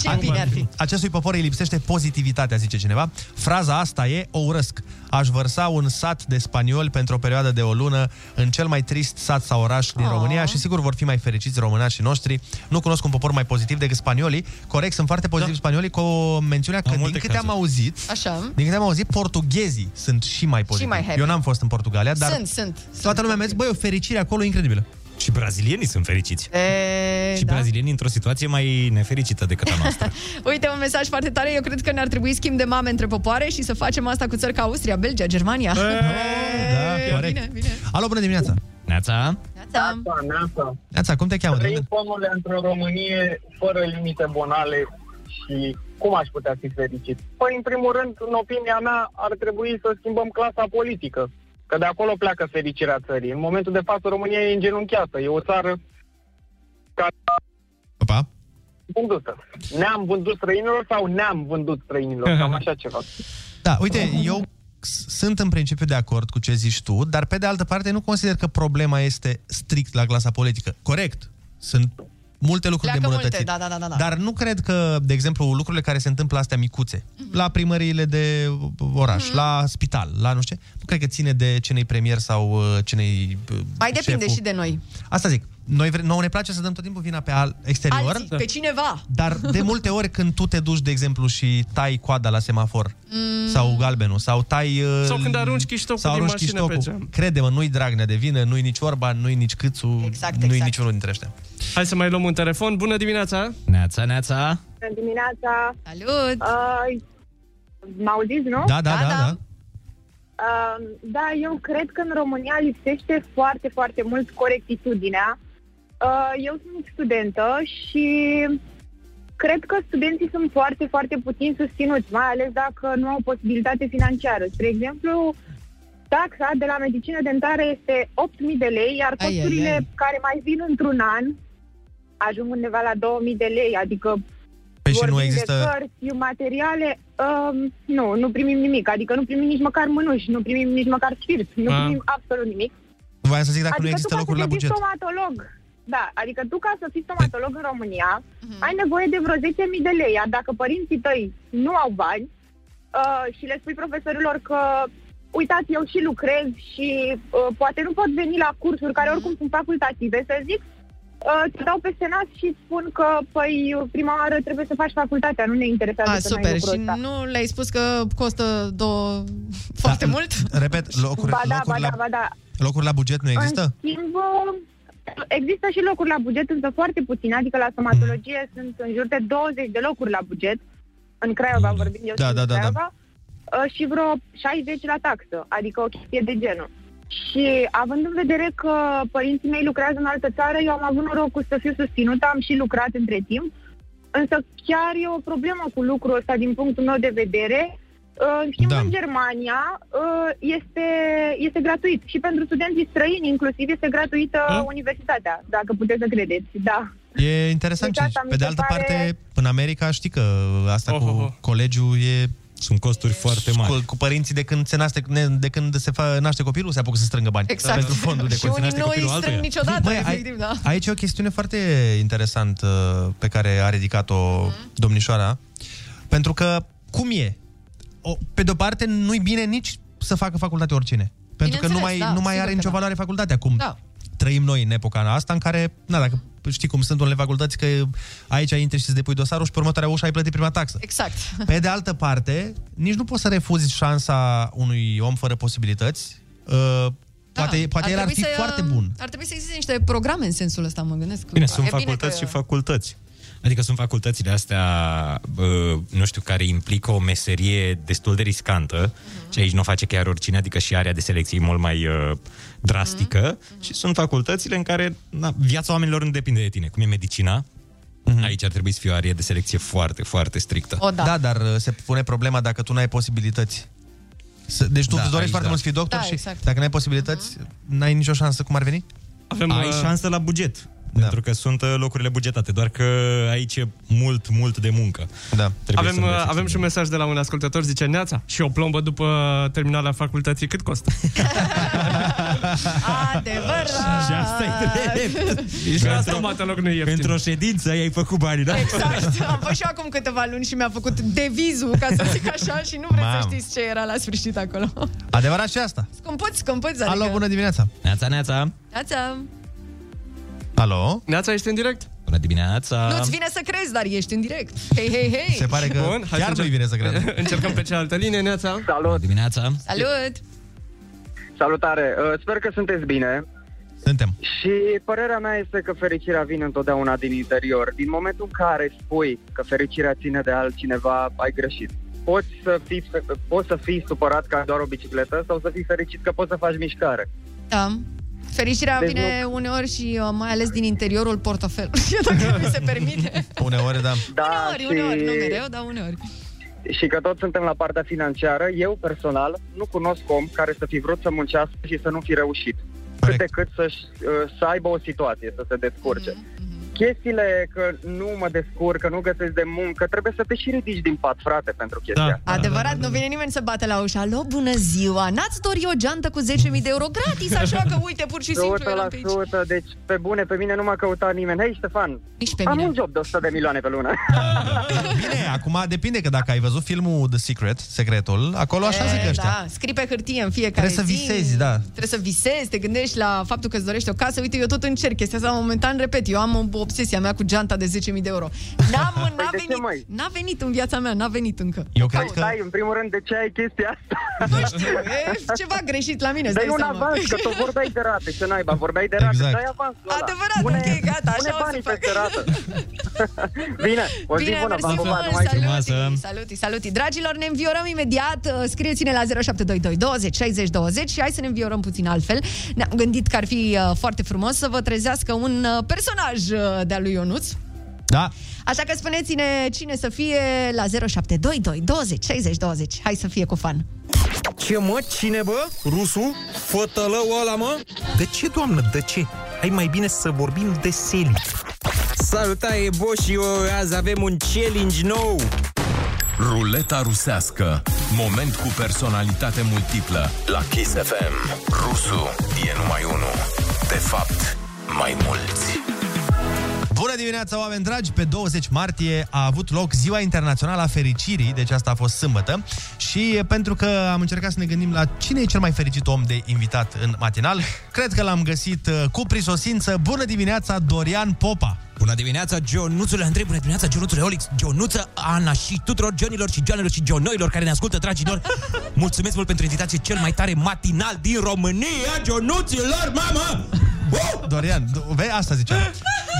E: Ce bine ar fi.
F: Acestui popor îi lipsește pozitivitatea, zice cineva. Fraza asta e, o urăsc. Aș vărsa un sat de spanioli pentru o perioadă de o lună în cel mai trist sat sau oraș
E: Oh.
F: din România și sigur vor fi mai fericiți românașii noștri. Nu cunosc un popor mai pozitiv decât spaniolii. Corect, sunt foarte pozitivi da. spaniolii cu o mențiunea că,
J: În
F: din
J: multe
F: câte am
J: cazuri.
F: auzit,
E: Așa.
F: din câte am auzit, portughezii sunt și mai pozitivi.
E: mai happy.
F: Eu n-am fost în Portugalia, dar
E: Sunt, sunt.
F: toată lumea mi-a zis, băi, o fericire acolo incredibilă.
J: Și brazilienii sunt fericiți.
E: E,
J: Și
F: <laughs>
E: da.
J: brazilienii într-o situație mai nefericită decât a noastră.
E: Uite, un mesaj foarte tare. Eu cred că ne-ar trebui schimb de mame între popoare și să facem asta cu țări ca Austria, Belgia, Germania. <laughs>
F: Da, corect.
E: Bine, bine.
F: Alo, bună dimineața!
J: Neața?
E: Da.
N: Neața,
F: Neața, cum te cheamă? De unde-
N: pomule într-o Românie fără limite bonale și cum aș putea fi fericit? Păi, în primul rând, în opinia mea, ar trebui să schimbăm clasa politică, că de acolo pleacă fericirea țării. În momentul de față, România e îngenunchiată, e o țară
F: Opa.
N: vândută.
F: <laughs>
N: Ne-am vândut străinilor sau ne-am vândut străinilor, cam așa ceva.
F: Da, uite, eu s- sunt în principiu de acord cu ce zici tu, dar pe de altă parte nu consider că problema este strict la clasa politică. Corect, sunt multe lucruri
E: Pleacă
F: de
E: multe,
F: îmbunătățit.
E: da, da, da, da.
F: Dar nu cred că, de exemplu, lucrurile care se întâmplă astea micuțe,
E: Mhm.
F: la primăriile de oraș, la spital, la nu știu ce, nu cred că ține de cine premier sau uh, cine-i uh,
E: Mai depinde
F: șeful.
E: și de noi.
F: Asta zic. Noi vre- nouă ne place să dăm tot timpul vina pe al exterior.
E: Alții, pe cineva.
F: Dar de multe
E: <laughs>
F: ori când tu te duci, de exemplu, și tai coada la semafor
E: Mm.
F: sau galbenul, sau tai... uh,
I: Sau când arunci chiștocul
F: sau
I: din
F: arunci
I: mașină
F: chiștocul.
I: pe geam.
F: Crede-mă, nu-i Dragnea de vină, nu-i nici Orban, nu-i nici Câțu, exact, nu-i
I: exact.
F: niciunul dintre ăștia.
I: Hai să mai luăm un telefon. Bună dimineața!
J: Neața, neața!
O: Bună dimineața!
E: Salut!
O: Uh, mă auziți, nu?
J: Da, da, da, Da, da. da.
O: Uh, da, eu cred că în România lipsește foarte, foarte mult corectitudinea. Uh, eu sunt studentă și cred că studenții sunt foarte, foarte puțin susținuți, mai ales dacă nu au posibilitate financiară. Spre exemplu, taxa de la medicină dentară este 8.000 de lei, iar
E: Ai, ai,
O: costurile
E: ai.
O: care mai vin într-un an ajung undeva la 2.000 de lei, adică
F: Păi și nu
O: vorbim de
F: există...
O: cărți, materiale, um, nu, nu primim nimic. Adică nu primim nici măcar mânuși, nu primim nici măcar sfirt, nu
F: Ah.
O: primim absolut nimic.
F: Voiam să zic dacă
O: adică
F: nu există
O: tu ca
F: locuri
O: să
F: la
O: devii
F: buget. Păi-
O: stomatolog, da, adică tu ca să fii stomatolog în România,
E: Mhm.
O: ai nevoie de vreo 10.000 de lei, iar dacă părinții tăi nu au bani uh, și le spui profesorilor că uitați, eu și lucrez și uh, poate nu pot veni la cursuri
E: Mhm.
O: care oricum sunt facultative, să zic, uh, te dau peste nas și spun că, păi, prima oară trebuie să faci facultatea, nu ne interesează
E: A,
O: să n-ai
E: super.
O: lucrul
E: Și
O: ăsta.
E: nu le-ai spus că costă două... foarte mult?
F: Repet, locuri,
O: Ba da, ba
F: locuri,
O: da,
F: la,
O: ba da.
F: locuri la buget nu există?
O: În schimb, există și locuri la buget, însă foarte puține, adică la stomatologie
F: Hmm.
O: sunt în jur de 20 de locuri la buget, în Craiova vorbim, eu
F: Da,
O: sunt
F: da,
O: în
F: da, da.
O: Craiova, uh, și vreo 60 la taxă, adică o chestie de genul. Și având în vedere că părinții mei lucrează în altă țară, eu am avut norocul să fiu susținută, am și lucrat între timp, însă chiar e o problemă cu lucrul ăsta din punctul meu de vedere. Uh, În schimb,
P: Da.
O: da. în Germania uh, este, este gratuit și pentru studenții străini inclusiv este gratuită
F: Da.
O: universitatea, dacă puteți să credeți, da.
F: E interesant
O: Deci
F: ce
O: asta
F: zici.
O: mi
F: Pe de
O: se
F: altă
O: pare-
F: parte, în America știi că asta cu colegiul e...
J: Sunt costuri foarte mari.
F: oh, Cu, cu părinții de când se naște, ne- de când se fa, naște copilul se apucă să strângă bani.
E: Exact.
F: Pentru fondul de
E: Și
F: copil.
E: unii nu îi strâng niciodată, efectiv, da.
F: Aici e o chestiune foarte interesantă uh, pe care a ridicat-o domnișoara. Pentru că, cum e? O, pe de-o parte, nu-i bine nici să facă facultate oricine. Pentru că nu mai,
J: Bineînțeles, da,
F: nu mai
J: sigur
F: are
J: că
F: nicio
J: da.
F: valoare facultatea acum.
J: Da.
F: Trăim noi în epoca asta în care, na, dacă știi cum sunt unele facultăți, că aici intri și îți depui dosarul și pe următoarea ușă ai plătit prima taxă.
E: Exact.
F: <laughs> Pe de altă parte, nici nu poți să refuzi șansa unui om fără posibilități. Uh, poate da, poate el ar fi
E: trebui să-
F: foarte bun.
E: Ar trebui să existe niște programe în sensul ăsta, mă gândesc.
J: <laughs> Bine, sunt
E: E
J: facultăți
E: că-
J: și facultăți. Adică sunt facultățile astea, bă, nu știu, care implică o meserie destul de riscantă, ce aici nu o face chiar oricine, adică și area de selecție e mult mai uh, drastică, și sunt facultățile în care na, viața oamenilor nu depinde de tine, cum e medicina. Aici ar trebui să fie o arie de selecție foarte, foarte strictă.
E: O, da.
F: da, dar uh, se pune problema dacă tu n-ai posibilități. Să- Deci tu
J: Da,
F: da, îți dorești
J: aici
F: foarte
J: da.
F: mult să fii doctor
J: Da,
F: și
J: exact.
F: dacă n-ai posibilități, n-ai nicio șansă cum ar veni?
J: Avem, Ai uh, șansă la buget. Da. Pentru că sunt uh, locurile bugetate, doar că aici e mult, mult de muncă.
F: Da.
I: Avem, uh, avem și un mesaj de la un ascultător, zice Neața, și o plombă după terminarea facultății, cât costă?
E: Adevărat!
J: <laughs> Și asta e drept.
I: Și la stomatolog nu e ieftin.
J: Într-o ședință ai făcut bani, da?
Q: <laughs>
E: Exact. Am fost și eu acum câteva luni și mi-a făcut devizul, ca să zic așa, și nu vreți să
F: Mamă.
E: știți ce era la sfârșit acolo.
F: <laughs> Adevărat și asta.
E: Scumpuți, scumpuți, adică...
F: Alo, bună dimineața!
J: Neața, neața!
E: Neața.
F: Alo?
I: Neața, ești în direct?
J: Bună dimineața!
E: Nu-ți vine să crezi, dar ești în direct. Hei, hei, hei!
I: Bun, hai
F: chiar
I: să
F: nu-i vine să cred.
I: <laughs> Încercăm pe cealaltă linie, Neața.
J: Salut! Dimineața!
E: Salut!
N: Salutare! Uh, Sper că sunteți bine.
F: Suntem.
N: Și părerea mea este că fericirea vine întotdeauna din interior. Din momentul în care spui că fericirea ține de altcineva, ai greșit. Poți să, fii, poți să fii supărat că ai doar o bicicletă sau să fii fericit că poți să faci mișcare.
E: Da. Fericirea
N: Deci
E: vine uneori și uh, mai ales din interiorul <laughs> portofelului, dacă mi se permite.
F: Uneori, da.
N: da
E: Uneori, uneori, nu mereu, dar uneori.
N: și că tot suntem la partea financiară, eu personal nu cunosc om care să fi vrut să muncească
E: Mhm,
N: și să nu fi reușit. Cât de cât să-și, uh, să aibă o situație, să se descurce. Mm-hmm. chestiile că nu mă descurc, că nu găsesc de muncă, trebuie să te și ridici din pat, frate, pentru chestia
O: Da.
N: asta.
E: Adevărat, nu vine nimeni să bate la ușa. Alo, bună ziua! N-ați dori o geantă cu 10.000 de euro gratis, așa că uite, pur și simplu eram pe aici.
N: 100%, deci pe bune, pe mine nu m-a căutat nimeni. Hei, Ștefan,
E: Nici pe
N: am
E: mine.
N: un job de 100 de milioane pe lună.
E: <laughs>
F: Bine, acum depinde că dacă ai văzut filmul The Secret, Secretul, acolo așa
E: E,
F: zic ăștia.
E: Da, scrii pe hârtie în fiecare
F: Trebuie să
E: zi.
F: visezi, da.
E: Trebuie să visezi, te gândești la faptul că îți dorești o casă. Uite, eu tot încerc chestia asta. Momentan, repet, eu am o obsesia mea cu geanta de 10.000 de euro. N-am,
N: Păi,
E: n-a, venit, n-a venit în viața mea, n-a venit încă.
F: Eu
N: cred că... Stai, în primul rând, de ce ai chestia asta?
E: Nu știu, e ceva greșit la mine, îți
N: Dai
E: dai
N: un
E: seama.
N: avans, că tot vorbeai de rate, ce naiba, vorbeai de rate, da,
F: Exact.
N: dai avansul ăla.
E: Adevărat, ok, gata,
N: pune
E: așa o să
N: banii
E: fac.
N: peste rată. <laughs> Bine, o zi
E: Bine,
N: bună,
E: mersi
N: v-am
E: mult,
N: pupat, numai bine.
E: saluti, saluti, saluti. Dragilor, ne înviorăm imediat. Uh, Scrieți-ne la 0722 20 60 20 și hai să ne înviorăm puțin altfel. Ne-am gândit că ar fi uh, foarte frumos să vă trezească un uh, personaj uh, de-a lui Ionuț.
F: Da.
E: Așa că spuneți-ne cine să fie la 0722 20 60 20. Hai să fie cu fan.
P: Ce mă? Cine bă? Rusu? Fătălău ăla mă? De ce, doamnă, de ce? Hai mai bine să vorbim de seli.
G: Salutare, boșii, azi avem un challenge nou.
C: Ruleta rusească. Moment cu personalitate multiplă. La Kiss FM. Rusu e numai unul. De fapt, mai mulți.
F: Bună dimineața, oameni dragi! Pe 20 martie a avut loc Ziua Internațională a Fericirii, deci asta a fost sâmbătă. Și pentru că am încercat să ne gândim la cine e cel mai fericit om de invitat în matinal, cred că l-am găsit uh, cu prisosință. Bună dimineața, Dorian Popa!
R: Bună dimineața, Gionuțule Andrei, bună dimineața, Gionuțule Olix, Gionuță, Ana și tuturor Johnilor și Joanelor și Johnoilor care ne ascultă, dragilor. Mulțumesc mult pentru invitație cel mai tare matinal din România, Gionuților, mamă!
F: Dorian, d- vei, asta ziceam.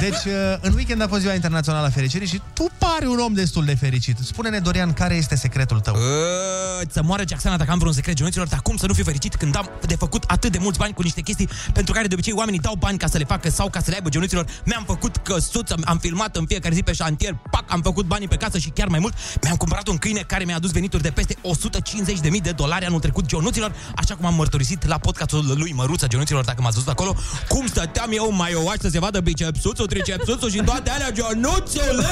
F: Deci, uh, în weekend a fost Ziua Internațională a Fericirii și tu pari un om destul de fericit. Spune-ne, Dorian, care este secretul tău?
R: Bă, Să moară Jacksana dacă am vreun secret, Gionuților, dar cum să nu fiu fericit când am de făcut atât de mulți bani cu niște chestii pentru care de obicei oamenii dau bani ca să le facă sau ca să le aibă, Gionuților. Mi-am făcut căsuță, am filmat în fiecare zi pe șantier, pac, am făcut banii pe casă și chiar mai mult. Mi-am cumpărat un câine care mi-a adus venituri de peste 150.000 de dolari anul trecut, Gionuților, așa cum am mărturisit la podcastul lui Măruța, Gionuților, dacă m-ați văzut acolo, cum stăteam eu mai oaș să se vadă bicepsuțul, tricepsuțul și toate alea, Gionuțule!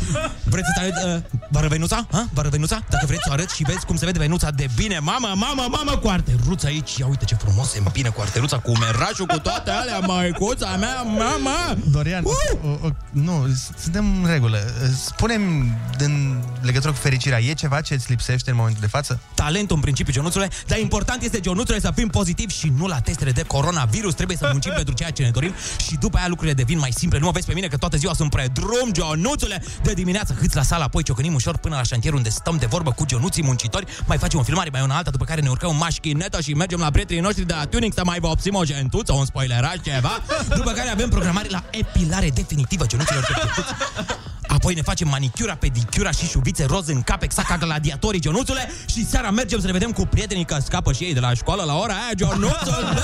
R: <laughs> Vreți să arăt uh, Vară Venuța? Ha? Vară Venuța? Dacă vreți să o arăt și vezi cum se vede Venuța de bine Mamă, mamă, mamă cu arteruța aici Ia uite ce frumos se împine cu arteruța Cu merajul, cu toate alea Măicuța mea, mama
F: Dorian, o, o, nu, s- suntem în regulă. Spunem în legătură cu fericirea, e ceva ce îți lipsește în momentul de față?
R: Talentul în principiu, Ionuțule Dar important este, Ionuțule, să fim pozitivi Și nu la testele de coronavirus Trebuie să muncim pentru ceea ce ne dorim Și după aia lucrurile devin mai simple Nu mă vezi pe mine că toată ziua sunt pe drum, Ionuțule De dimineață hâți la sala, apoi ciocănim ușor Până la șantier unde stăm de vorbă cu Ionuții muncitori Mai facem o filmare, mai una alta După care ne urcăm în mașchinetă și mergem la prietenii noștri De la tuning să mai vopsim o gentuță, un spoileraj, ceva După care avem programare la epilare definitivă, Ionuților pe plăcuți. Apoi ne facem manicura, pedicura și șuvițe roz în cap, exact ca gladiatorii, Gionuțule, și seara mergem să ne vedem cu prietenii că scapă și ei de la școală la ora aia, Gionuțule!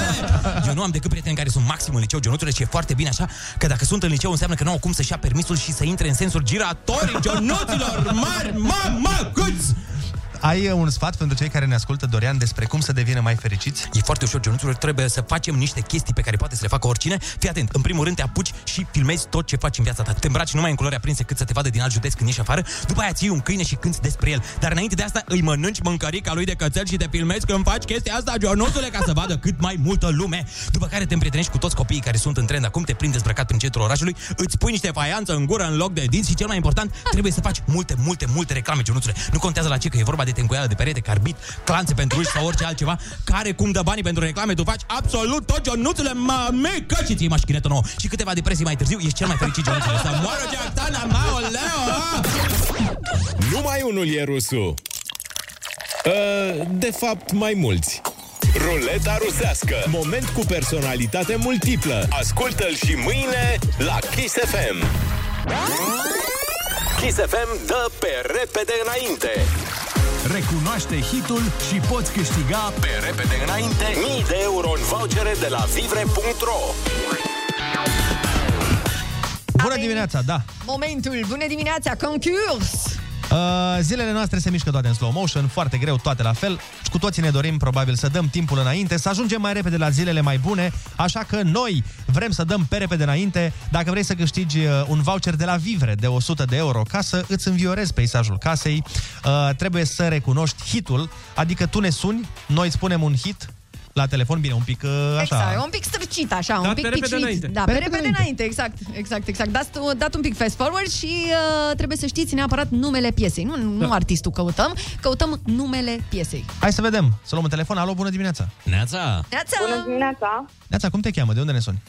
R: Eu nu am decât prieteni care sunt maxim în liceu, Gionuțule, și e foarte bine așa, că dacă sunt în liceu înseamnă că nu au cum să-și ia permisul și să intre în sensul giratorii, Gionuților mari, mamă, câți!
F: Ai uh, un sfat pentru cei care ne ascultă, Dorian, despre cum să devină mai fericiți?
R: E foarte ușor, Gionuțule, trebuie să facem niște chestii pe care poate să le facă oricine. Fii atent, în primul rând te apuci și filmezi tot ce faci în viața ta. Te îmbraci numai în culori aprinse cât să te vadă din alt județ când ieși afară, după aia ții un câine și cânti despre el. Dar înainte de asta îi mănânci mâncărica lui de cățel și te filmezi când faci chestia asta, Gionuțule, ca să vadă cât mai multă lume. După care te împrietenești cu toți copiii care sunt în trend acum, te prinzi dezbrăcat prin centrul orașului, îți pui niște faianță în gură în loc de dinți și cel mai important, trebuie să faci multe, multe, multe reclame, Gionuțule. Nu contează la ce, că e vorba de tencuială de perete, carbit, clanțe pentru uși sau orice altceva, care cum dă banii pentru reclame, tu faci absolut tot, Gionuțule, mamică, și ții mașchinetă nouă. Și câteva depresii mai târziu, ești cel mai fericit, Gionuțule. Să moară Jackson, mao,
F: ă?
R: leo!
D: Numai unul e rusul. Uh, De fapt, mai mulți. Ruleta rusească. Moment cu personalitate multiplă. Ascultă-l și mâine la Kiss FM. Kiss
F: da.
D: FM dă pe repede înainte.
C: Recunoaște hitul și poți câștiga
D: Pe repede înainte, mii de euro în vouchere de la vivre.ro.
F: Bună da. dimineața, da.
E: Momentul, bună dimineața, concurs!
F: Uh, zilele noastre se mișcă toate în slow motion, foarte greu, toate la fel. Și Cu toții ne dorim probabil să dăm timpul înainte, să ajungem mai repede la zilele mai bune, așa că noi vrem să dăm pe repede înainte. Dacă vrei să câștigi uh, un voucher de la Vivre de 100 de euro ca să îți înviorezi peisajul casei, uh, trebuie să recunoști hitul, adică tu ne suni, noi îți punem un hit la telefon, bine, un pic uh, așa.
E: Exact, un pic străcit așa,
F: Da,
E: un pic
F: pe repede
E: piclit.
F: înainte.
E: Da, pe, repede înainte. exact, exact, exact. Dați, dat un pic fast forward și uh, trebuie să știți neapărat numele piesei. Nu, nu
F: Da.
E: artistul căutăm, căutăm numele piesei.
F: Hai să vedem, să luăm un telefon. Alo, bună dimineața! Neața!
E: Neața!
O: Bună dimineața!
F: Neața, cum te cheamă? De unde ne suni?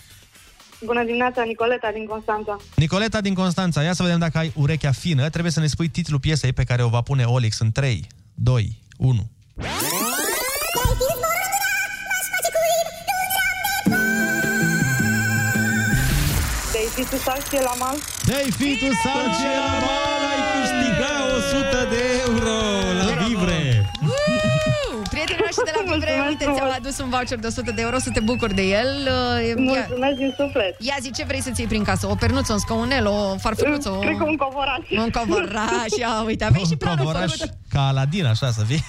O: Bună dimineața, Nicoleta din Constanța.
F: Nicoleta din Constanța, ia să vedem dacă ai urechea fină. Trebuie să ne spui titlul piesei pe care o va pune Olix în 3, 2, 1.
O: Te-ai fi tu sau știe la mal?
F: Te-ai fi tu sau ce la mal ai
J: câștigat 100 de euro la vivre.
E: Uuu, Prietenii noștri de la Vivrei,
O: Mulțumesc
E: uite,
O: frumos.
E: ți-au adus un voucher de 100 de euro să te bucuri de el. Uh, ia-
O: Mulțumesc din suflet.
E: Ia zi, ce vrei să-ți iei prin casă? O pernuță, un scaunel, o farfuriță? O...
O: Cred că un covoraș.
E: Un covoraș, ia uite, aveai și planul
F: Covoraș
E: făcut
F: ca Aladin, așa să
E: <laughs>
F: fie.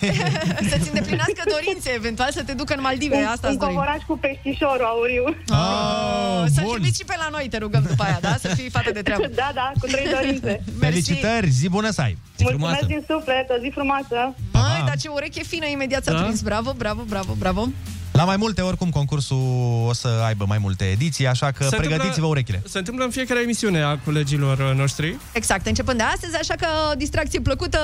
E: să-ți îndeplinească dorințe, eventual să te ducă în Maldive,
O: Un-
E: asta
O: un covoraș
E: cu peștișorul auriu.
F: Oh,
E: Ah, să trimiți și pe la noi, te rugăm după aia, da? Să fii fată de treabă.
O: Da, da, cu
E: <laughs>
O: trei dorințe.
F: Felicitări, zi bună să ai!
O: Mulțumesc din suflet, o zi frumoasă.
E: Măi, dar ce ureche fină imediat s-a
F: Da.
E: prins. Bravo, bravo, bravo, bravo.
F: La mai multe, oricum, concursul o să aibă mai multe ediții, așa că
I: Se întâmplă-
F: pregătiți-vă urechile.
I: Se întâmplă în fiecare emisiune a colegilor uh, noștri.
E: Exact, începând de astăzi, așa că o distracție plăcută.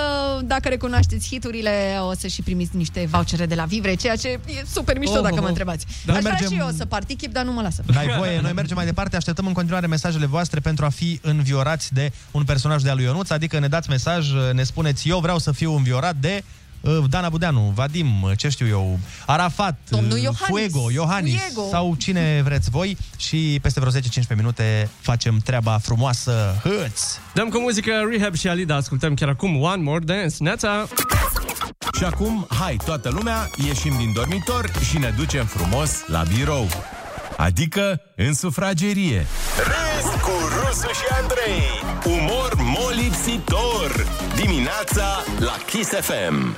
E: Dacă recunoașteți hiturile, o să și primiți niște vouchere de la Vivre, ceea ce e super mișto
F: Oh,
E: dacă
F: oh,
E: mă
F: oh.
E: întrebați.
F: Da,
E: Aș vrea
F: mergem-
E: și eu să particip, dar nu mă lasă.
F: <laughs> N-ai voie,
E: <laughs>
F: noi mergem mai departe, așteptăm în continuare mesajele voastre pentru a fi înviorați de un personaj de-a lui Ionuț, adică ne dați mesaj, ne spuneți eu vreau să fiu înviorat de uh, Dana Budeanu, Vadim, uh, ce știu eu, Arafat,
E: Domnul
F: uh,
E: Iohannis,
F: Fuego, Iohannis
E: Fuego.
F: sau cine vreți voi și peste vreo 10-15 minute facem treaba frumoasă. Hâț!
I: Dăm cu muzică Rehab și Alida, ascultăm chiar acum One More Dance. Neața!
D: Și acum, hai, toată lumea, ieșim din dormitor și ne ducem frumos la birou. Adică în sufragerie. Râs cu Rusu și Andrei. Umor molipsitor. Dimineața la Kiss FM.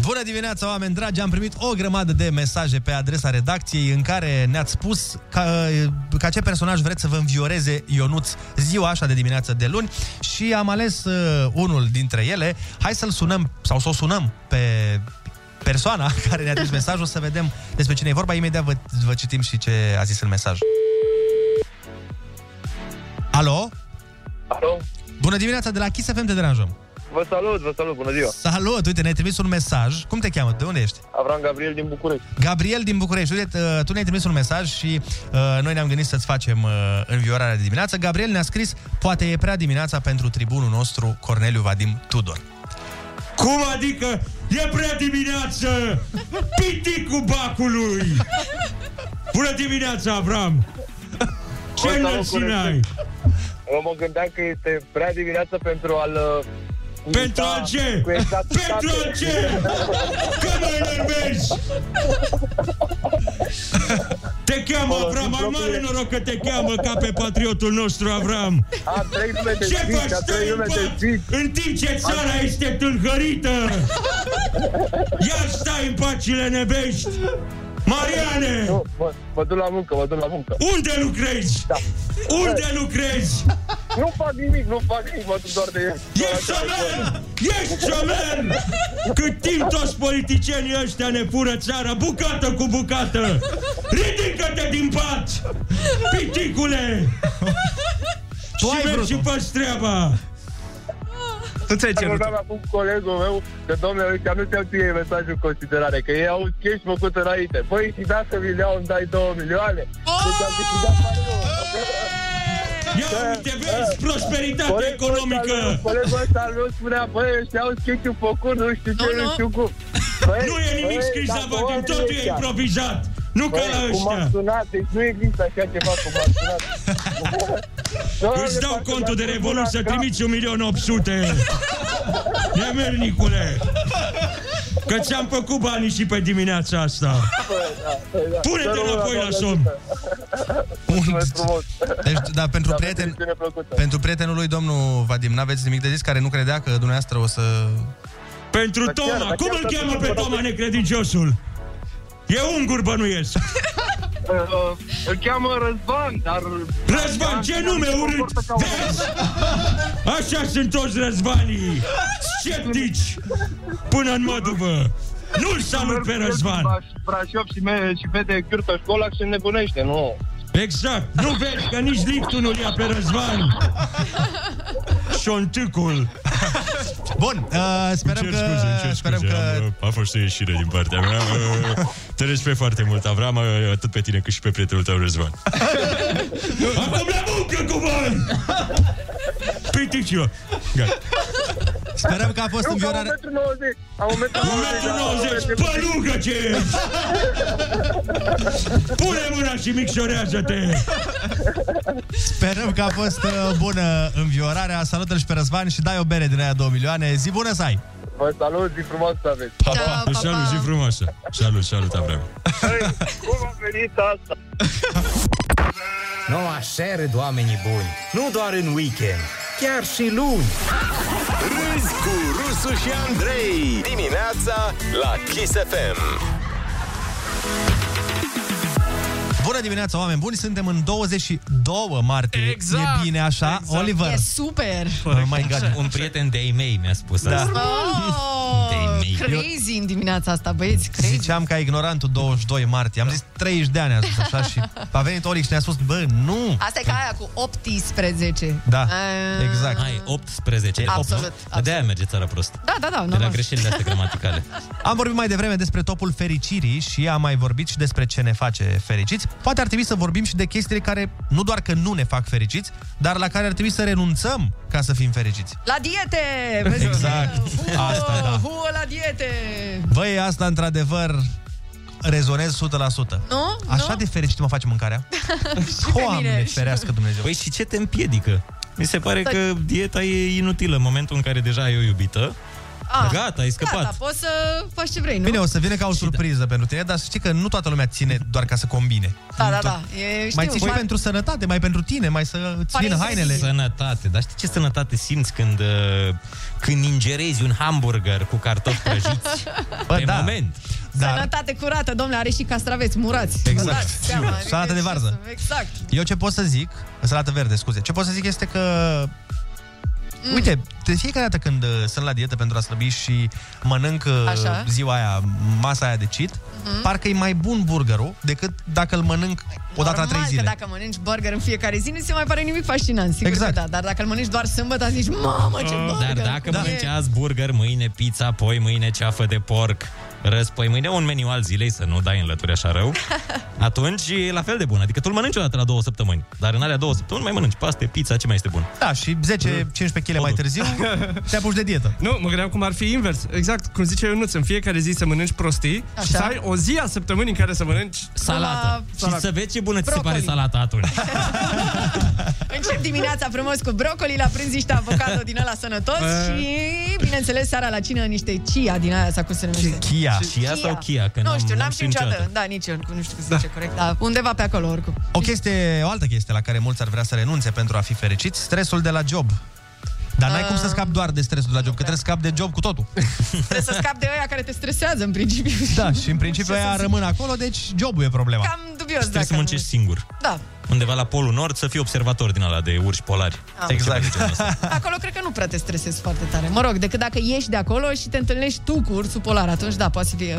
F: Bună dimineața, oameni dragi! Am primit o grămadă de mesaje pe adresa redacției în care ne-ați spus ca, uh, ca ce personaj vreți să vă învioreze Ionuț ziua așa de dimineață de luni și am ales uh, unul dintre ele. Hai să-l sunăm sau să o sunăm pe persoana <laughs> care ne-a trimis mesajul să vedem despre cine e vorba. Imediat vă, vă citim și ce a zis în mesaj. Alo?
L: Alo?
F: Bună dimineața, de la Kiss FM te deranjăm.
L: Vă salut, vă salut, bună ziua!
F: Salut, uite, ne-ai trimis un mesaj. Cum te cheamă? De unde ești?
L: Avram Gabriel din București.
F: Gabriel din București, uite, uh, tu ne-ai trimis un mesaj și uh, noi ne-am gândit să-ți facem uh, înviorarea de dimineață. Gabriel ne-a scris, poate e prea dimineața pentru tribunul nostru Corneliu Vadim Tudor.
Q: Cum adică e prea dimineață? Piticul bacului! Bună dimineața, Avram! Ce
L: Vă salut,
Q: înălțime
L: bună
Q: ai?
L: Eu mă gândeam că este prea dimineață pentru al... uh,
Q: Pentru
L: imita
Q: al ce?
L: Cu exact Da, exactitate.
Q: Pentru al
L: <laughs>
Q: ce? Că mă enervezi! Te cheamă Avram, ai mare noroc că te cheamă ca pe patriotul nostru Avram!
L: Am trei nume de
Q: Ce
L: zic,
Q: faci
L: am trei
Q: tu
L: nume de
Q: în, în timp ce țara este tâlhărită? Ia stai în pacile nebești! Mariane!
L: Nu, mă, mă duc la muncă, mă duc la muncă.
Q: Unde lucrezi?
L: Da.
Q: Unde lucrezi?
L: Nu fac nimic, nu fac nimic, mă duc doar de el.
Q: Ești șomer! Ești șomer! Cât timp toți politicienii ăștia ne fură țara, bucată cu bucată! Ridică-te din pat! Piticule! Tu și mergi și faci treaba!
I: Tu ți-ai
L: cerut. Vorbeam acum cu colegul meu că, domnule, ăștia nu ți-au ție mesajul în considerare, că ei au cash făcut înainte. Băi, și dacă mi le-au, îmi dai 2 milioane?
Q: Oh!
L: Deci am câștigat pariul.
Q: Ia uite, vezi, prosperitate
L: Colegul ăsta
Q: economică!
L: nu- Colegul ăsta nu spunea, băi, ăștia au sketch făcut, nu știu ce, nu știu cum. Băi,
Q: Nu e nimic
L: băi,
Q: scris
L: dar
Q: la vagin,
L: oamenii
Q: totul e
L: ăștia-
Q: improvizat! Nu ca
L: Băi,
Q: la
L: Cum
Q: ăștia!
L: am sunat, deci nu există așa ceva cum am sunat. Doamne,
Q: Îți dau
L: parcă
Q: contul de
L: mi-a
Q: revolut
L: sunat
Q: să
L: cap.
Q: trimiți 1.800.000 Nemernicule Că ți-am făcut banii și pe dimineața asta. Pune-te înapoi la somn.
F: Deci, da, pentru, prieten, pentru prietenul lui domnul Vadim, n-aveți nimic de zis care nu credea că dumneavoastră o să...
Q: Pentru Toma, cum îl cheamă pe Toma necredinciosul? E ungur bănuiesc.
L: Îl cheamă Răzvan, dar...
Q: Răzvan, ce nume urât! Vezi? Așa sunt toți răzvanii! Sceptici! Până în măduvă! Nu-l salut pe Răzvan!
L: Brașov și, me- și vede cârtă școala și se nebunește, nu?
Q: Exact! Nu vezi că nici liftul nu-l ia pe
F: <laughs>
Q: Răzvan! Șontucul!
F: Bun, uh, sperăm
S: Cer scuze,
F: că...
S: cer
F: sperăm
S: scuze,
F: că...
S: am, uh, a fost o ieșire din partea mea. Uh, Te respect foarte mult, Avram, uh, atât pe tine cât și pe prietenul tău,
L: <laughs>
S: Răzvan.
Q: Acum la muncă cu voi! Piticio!
S: Păi, Gata.
F: Sperăm că a fost
L: Eu ca 1,90
F: înviorare...
L: m. Am 1,90
Q: 1,90 Pălugă ce
L: <laughs>
Q: ești! Pune mâna și micșorează-te!
F: Sperăm că a fost uh, bună înviorarea. Salută-l și pe Răzvan și dai o bere din aia 2 milioane. Zi bună să ai!
L: Vă salut, zi frumoasă să aveți.
E: Da,
S: Pa, pa. Salut, zi frumoasă. Salut, salut, Avram.
L: Cum a venit asta?
T: Noua așa râd oamenii buni, nu doar în weekend, chiar și luni.
D: Râzi cu Rusu și Andrei Dimineața la Kiss FM
F: Bună dimineața, oameni buni! Suntem în 22 martie.
E: Exact.
F: E bine așa,
E: Exact.
F: Oliver?
E: E super!
F: Oh my God.
J: Un prieten de-ai mei mi-a spus
F: Da.
J: asta.
E: Oh,
F: mei.
E: crazy în dimineața asta, băieți.
F: Ziceam ca ignorantul 22 martie. Am zis 30 de ani, a zis așa și a venit Olic și ne-a spus, bă, nu!
E: Asta e ca aia cu Ah. 18.
F: Da,
E: A-
F: exact.
J: Ai 18.
E: Absolut,
J: De-aia merge țara prost.
E: Da, da, da,
J: De la
E: normal.
J: greșelile astea gramaticale.
F: Am vorbit mai devreme despre topul fericirii și am mai vorbit și despre ce ne face fericiți. Poate ar trebui să vorbim și de chestiile care nu doar că nu ne fac fericiți, dar la care ar trebui să renunțăm ca să fim fericiți.
E: <laughs> La diete! Vezi?
F: Exact. Asta, da.
E: Huă la
F: <laughs>
E: diete!
F: Băi, asta într-adevăr rezonez 100%.
E: Nu?
F: Așa
E: Nu?
F: de fericit mă face mâncarea.
E: Și pe
F: Doamne,
E: mine.
F: ferească Dumnezeu.
J: Păi și ce te împiedică? Mi se pare
E: Da.
J: că dieta e inutilă în momentul în care deja ai o iubită.
E: Ah,
J: Gata, ai scăpat.
E: Gata, poți să faci ce vrei, nu?
F: Bine, o să vină ca o surpriză da. pentru tine, dar să știi că nu toată lumea ține doar ca să combine.
E: Da, da, da. E, știu,
F: mai ții și
E: fac-
F: pentru sănătate, mai pentru tine, mai să îți vină hainele.
J: Sănătate, dar știi ce sănătate simți când, uh, când ingerezi un hamburger cu
E: <laughs>
J: cartofi prăjiți? Bă, pe
F: da.
J: moment.
E: <laughs> Sănătate curată, domnule, are și castraveți murați.
F: Exact.
E: Vă dați seama, adică
F: Salată de
E: ce
F: varză.
E: să- Exact.
F: Eu ce pot să zic, salată verde, scuze, ce pot să zic este că Mm. Uite, de fiecare dată când uh, sunt la dietă pentru a slăbi și mănânc uh,
E: Așa.
F: ziua aia, masa aia de cheat, mm-hmm. parcă e mai bun burgerul decât dacă îl mănânc o dată la
E: Normal
F: trei zile.
E: că dacă mănânci burger în fiecare zi, nu ți se mai pare nimic fascinant, sigur
F: Exact.
E: că da. Dar dacă îl mănânci doar sâmbătă, zici, mamă, ce burger!
J: Dar dacă
E: E-
J: da. mănânci azi burger, mâine pizza, poi mâine ceafă de porc, răspoi mâine un meniu al zilei, să nu dai în lături așa rău, atunci e la fel de bun. Adică tu îl mănânci odată la două săptămâni, dar în alea două săptămâni mai mănânci paste, pizza, ce mai este bun?
F: Da, și 10-15 kg mai
I: <laughs>
F: târziu te apuci de dietă.
I: Mm. Nu, mă gândeam cum ar fi invers. Exact, cum zice Ionuț, în fiecare zi să mănânci prostii Așa. și
E: Așa.
I: să ai o zi a săptămânii în care să mănânci
E: Salată.
J: Și să vezi ce bună ți se pare salata atunci.
E: Încep dimineața frumos cu brocoli, la prânz niște avocado din ăla sănătos
F: Eh.
J: Bă.
E: și, bineînțeles, seara la cină niște chia din aia sau cum se numește.
J: Chia. Chia sau chia? Că
E: nu
J: n-am-
E: știu,
J: n-am
E: n-am știut niciodată. Da, nici eu, nu știu cum se zice corect, dar undeva pe acolo oricum.
F: O chestie, o altă chestie la care mulți ar vrea să renunțe pentru a fi fericiți, stresul de la job. Dar n-ai cum să
E: Ah.
F: scapi doar de stresul de la job, că trebuie să scapi de job cu totul.
E: Trebuie să scap de ăia care te stresează în principiu.
F: <laughs> Da, și în principiu
E: Ce să
F: aia
E: zic?
F: rămâne acolo, deci jobul e problema.
E: Cam dubios
J: Trebuie să
E: dacă...
J: muncești singur.
E: Da,
J: Undeva la Polul Nord să fii observator din ala de urși polari.
E: Ah.
J: Sau ceva de genul ăsta.
E: acolo cred că nu prea te stresezi foarte tare. Mă rog, decât dacă ieși de acolo și te întâlnești tu cu ursul polar, atunci da, poate să fie...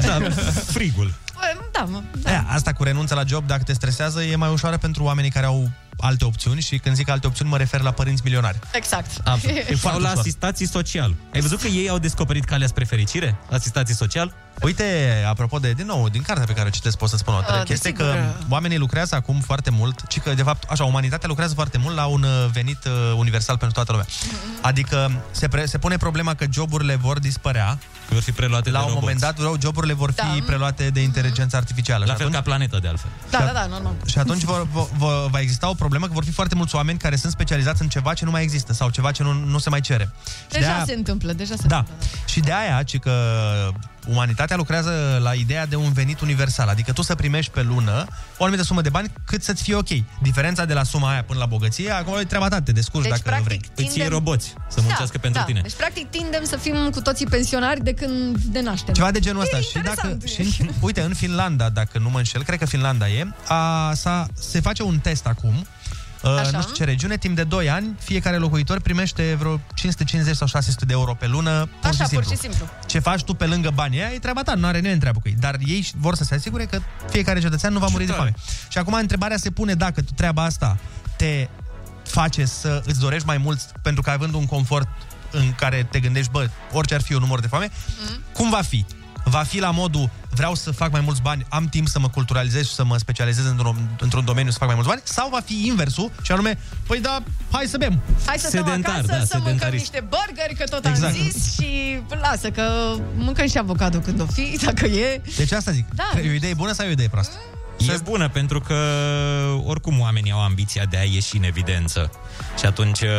J: Frigul.
E: Bă, Da, mă,
F: Da. Aia, asta cu renunța la job, dacă te stresează, e mai ușoară pentru oamenii care au alte opțiuni și când zic alte opțiuni mă refer la părinți milionari.
E: exact.
J: <laughs> Absolut.
E: E
J: Sau
E: foarte
J: la
E: ușor.
J: asistații social. Ai văzut că ei au descoperit calea spre fericire? Asistații social?
F: Uite, apropo de, din nou, din cartea pe care o citesc pot să spun o altă
J: Ah,
F: chestie,
J: desigur.
F: că oamenii lucrează acum foarte mult, ci că, de fapt, așa, umanitatea lucrează foarte mult la un uh, venit uh, universal pentru toată lumea.
J: Mm-hmm.
F: Adică se, pre, se pune problema că joburile vor dispărea.
J: Vor fi preluate
F: La
J: de
F: un
J: roboți.
F: moment dat, vreau, joburile vor fi
J: Da.
F: preluate de inteligența artificială.
J: La
F: Și
J: fel ca planeta, de altfel.
E: Da, da, da, normal.
F: Și atunci vor, vor, vor, va exista o problemă că vor fi foarte mulți oameni care sunt specializați în ceva ce nu mai există sau ceva ce nu, nu se mai cere. Și Da.
E: Deja
F: de-aia-
E: se întâmplă, deja se
F: Da. Și de aia, ci că umanitatea lucrează la ideea de un venit universal, adică tu să primești pe lună o anumită sumă de bani cât să-ți fie ok. Diferența de la suma aia până la bogăție, acolo e treaba ta, te descurci
E: Deci,
F: dacă
E: practic,
F: vrei.
E: tindem- Îți iei roboți
F: să
E: da. Deci, practic, tindem să fim cu toții pensionari de când ne naștem.
F: Ceva de genul
E: E
F: ăsta. Și dacă,
E: interesant.
F: și în, uite, în Finlanda, dacă nu mă înșel, cred că Finlanda e, a, s-a, se face un test acum, Așa.
E: Așa.
F: nu știu ce regiune, timp de 2 ani, fiecare locuitor primește vreo 550 sau 600 de euro pe lună, pur
E: Așa,
F: și simplu.
E: pur și simplu.
F: Ce faci tu pe lângă banii aia e treaba ta, nu are nimeni treabă cu ei. Dar ei vor să se asigure că fiecare cetățean nu va muri de foame. Și acum întrebarea se pune dacă tu treaba asta te face să îți dorești mai mult pentru că având un confort în care te gândești, bă, orice ar fi, eu nu mor de foame, mm. cum va fi? Va fi la modul, vreau să fac mai mulți bani, am timp să mă culturalizez și să mă specializez într-un, într-un domeniu să fac mai mulți bani? Sau va fi inversul și anume, păi da, hai să bem.
E: Hai să stăm acasă, să mâncăm niște burgeri, că tot
F: da, Exact.
E: am zis și lasă că mâncăm și avocado când o fi, <laughs> dacă e.
F: Deci asta zic.
E: Da.
F: E o idee bună sau e o idee proastă?
J: E bună pentru că oricum oamenii au ambiția de a ieși în evidență și atunci uh,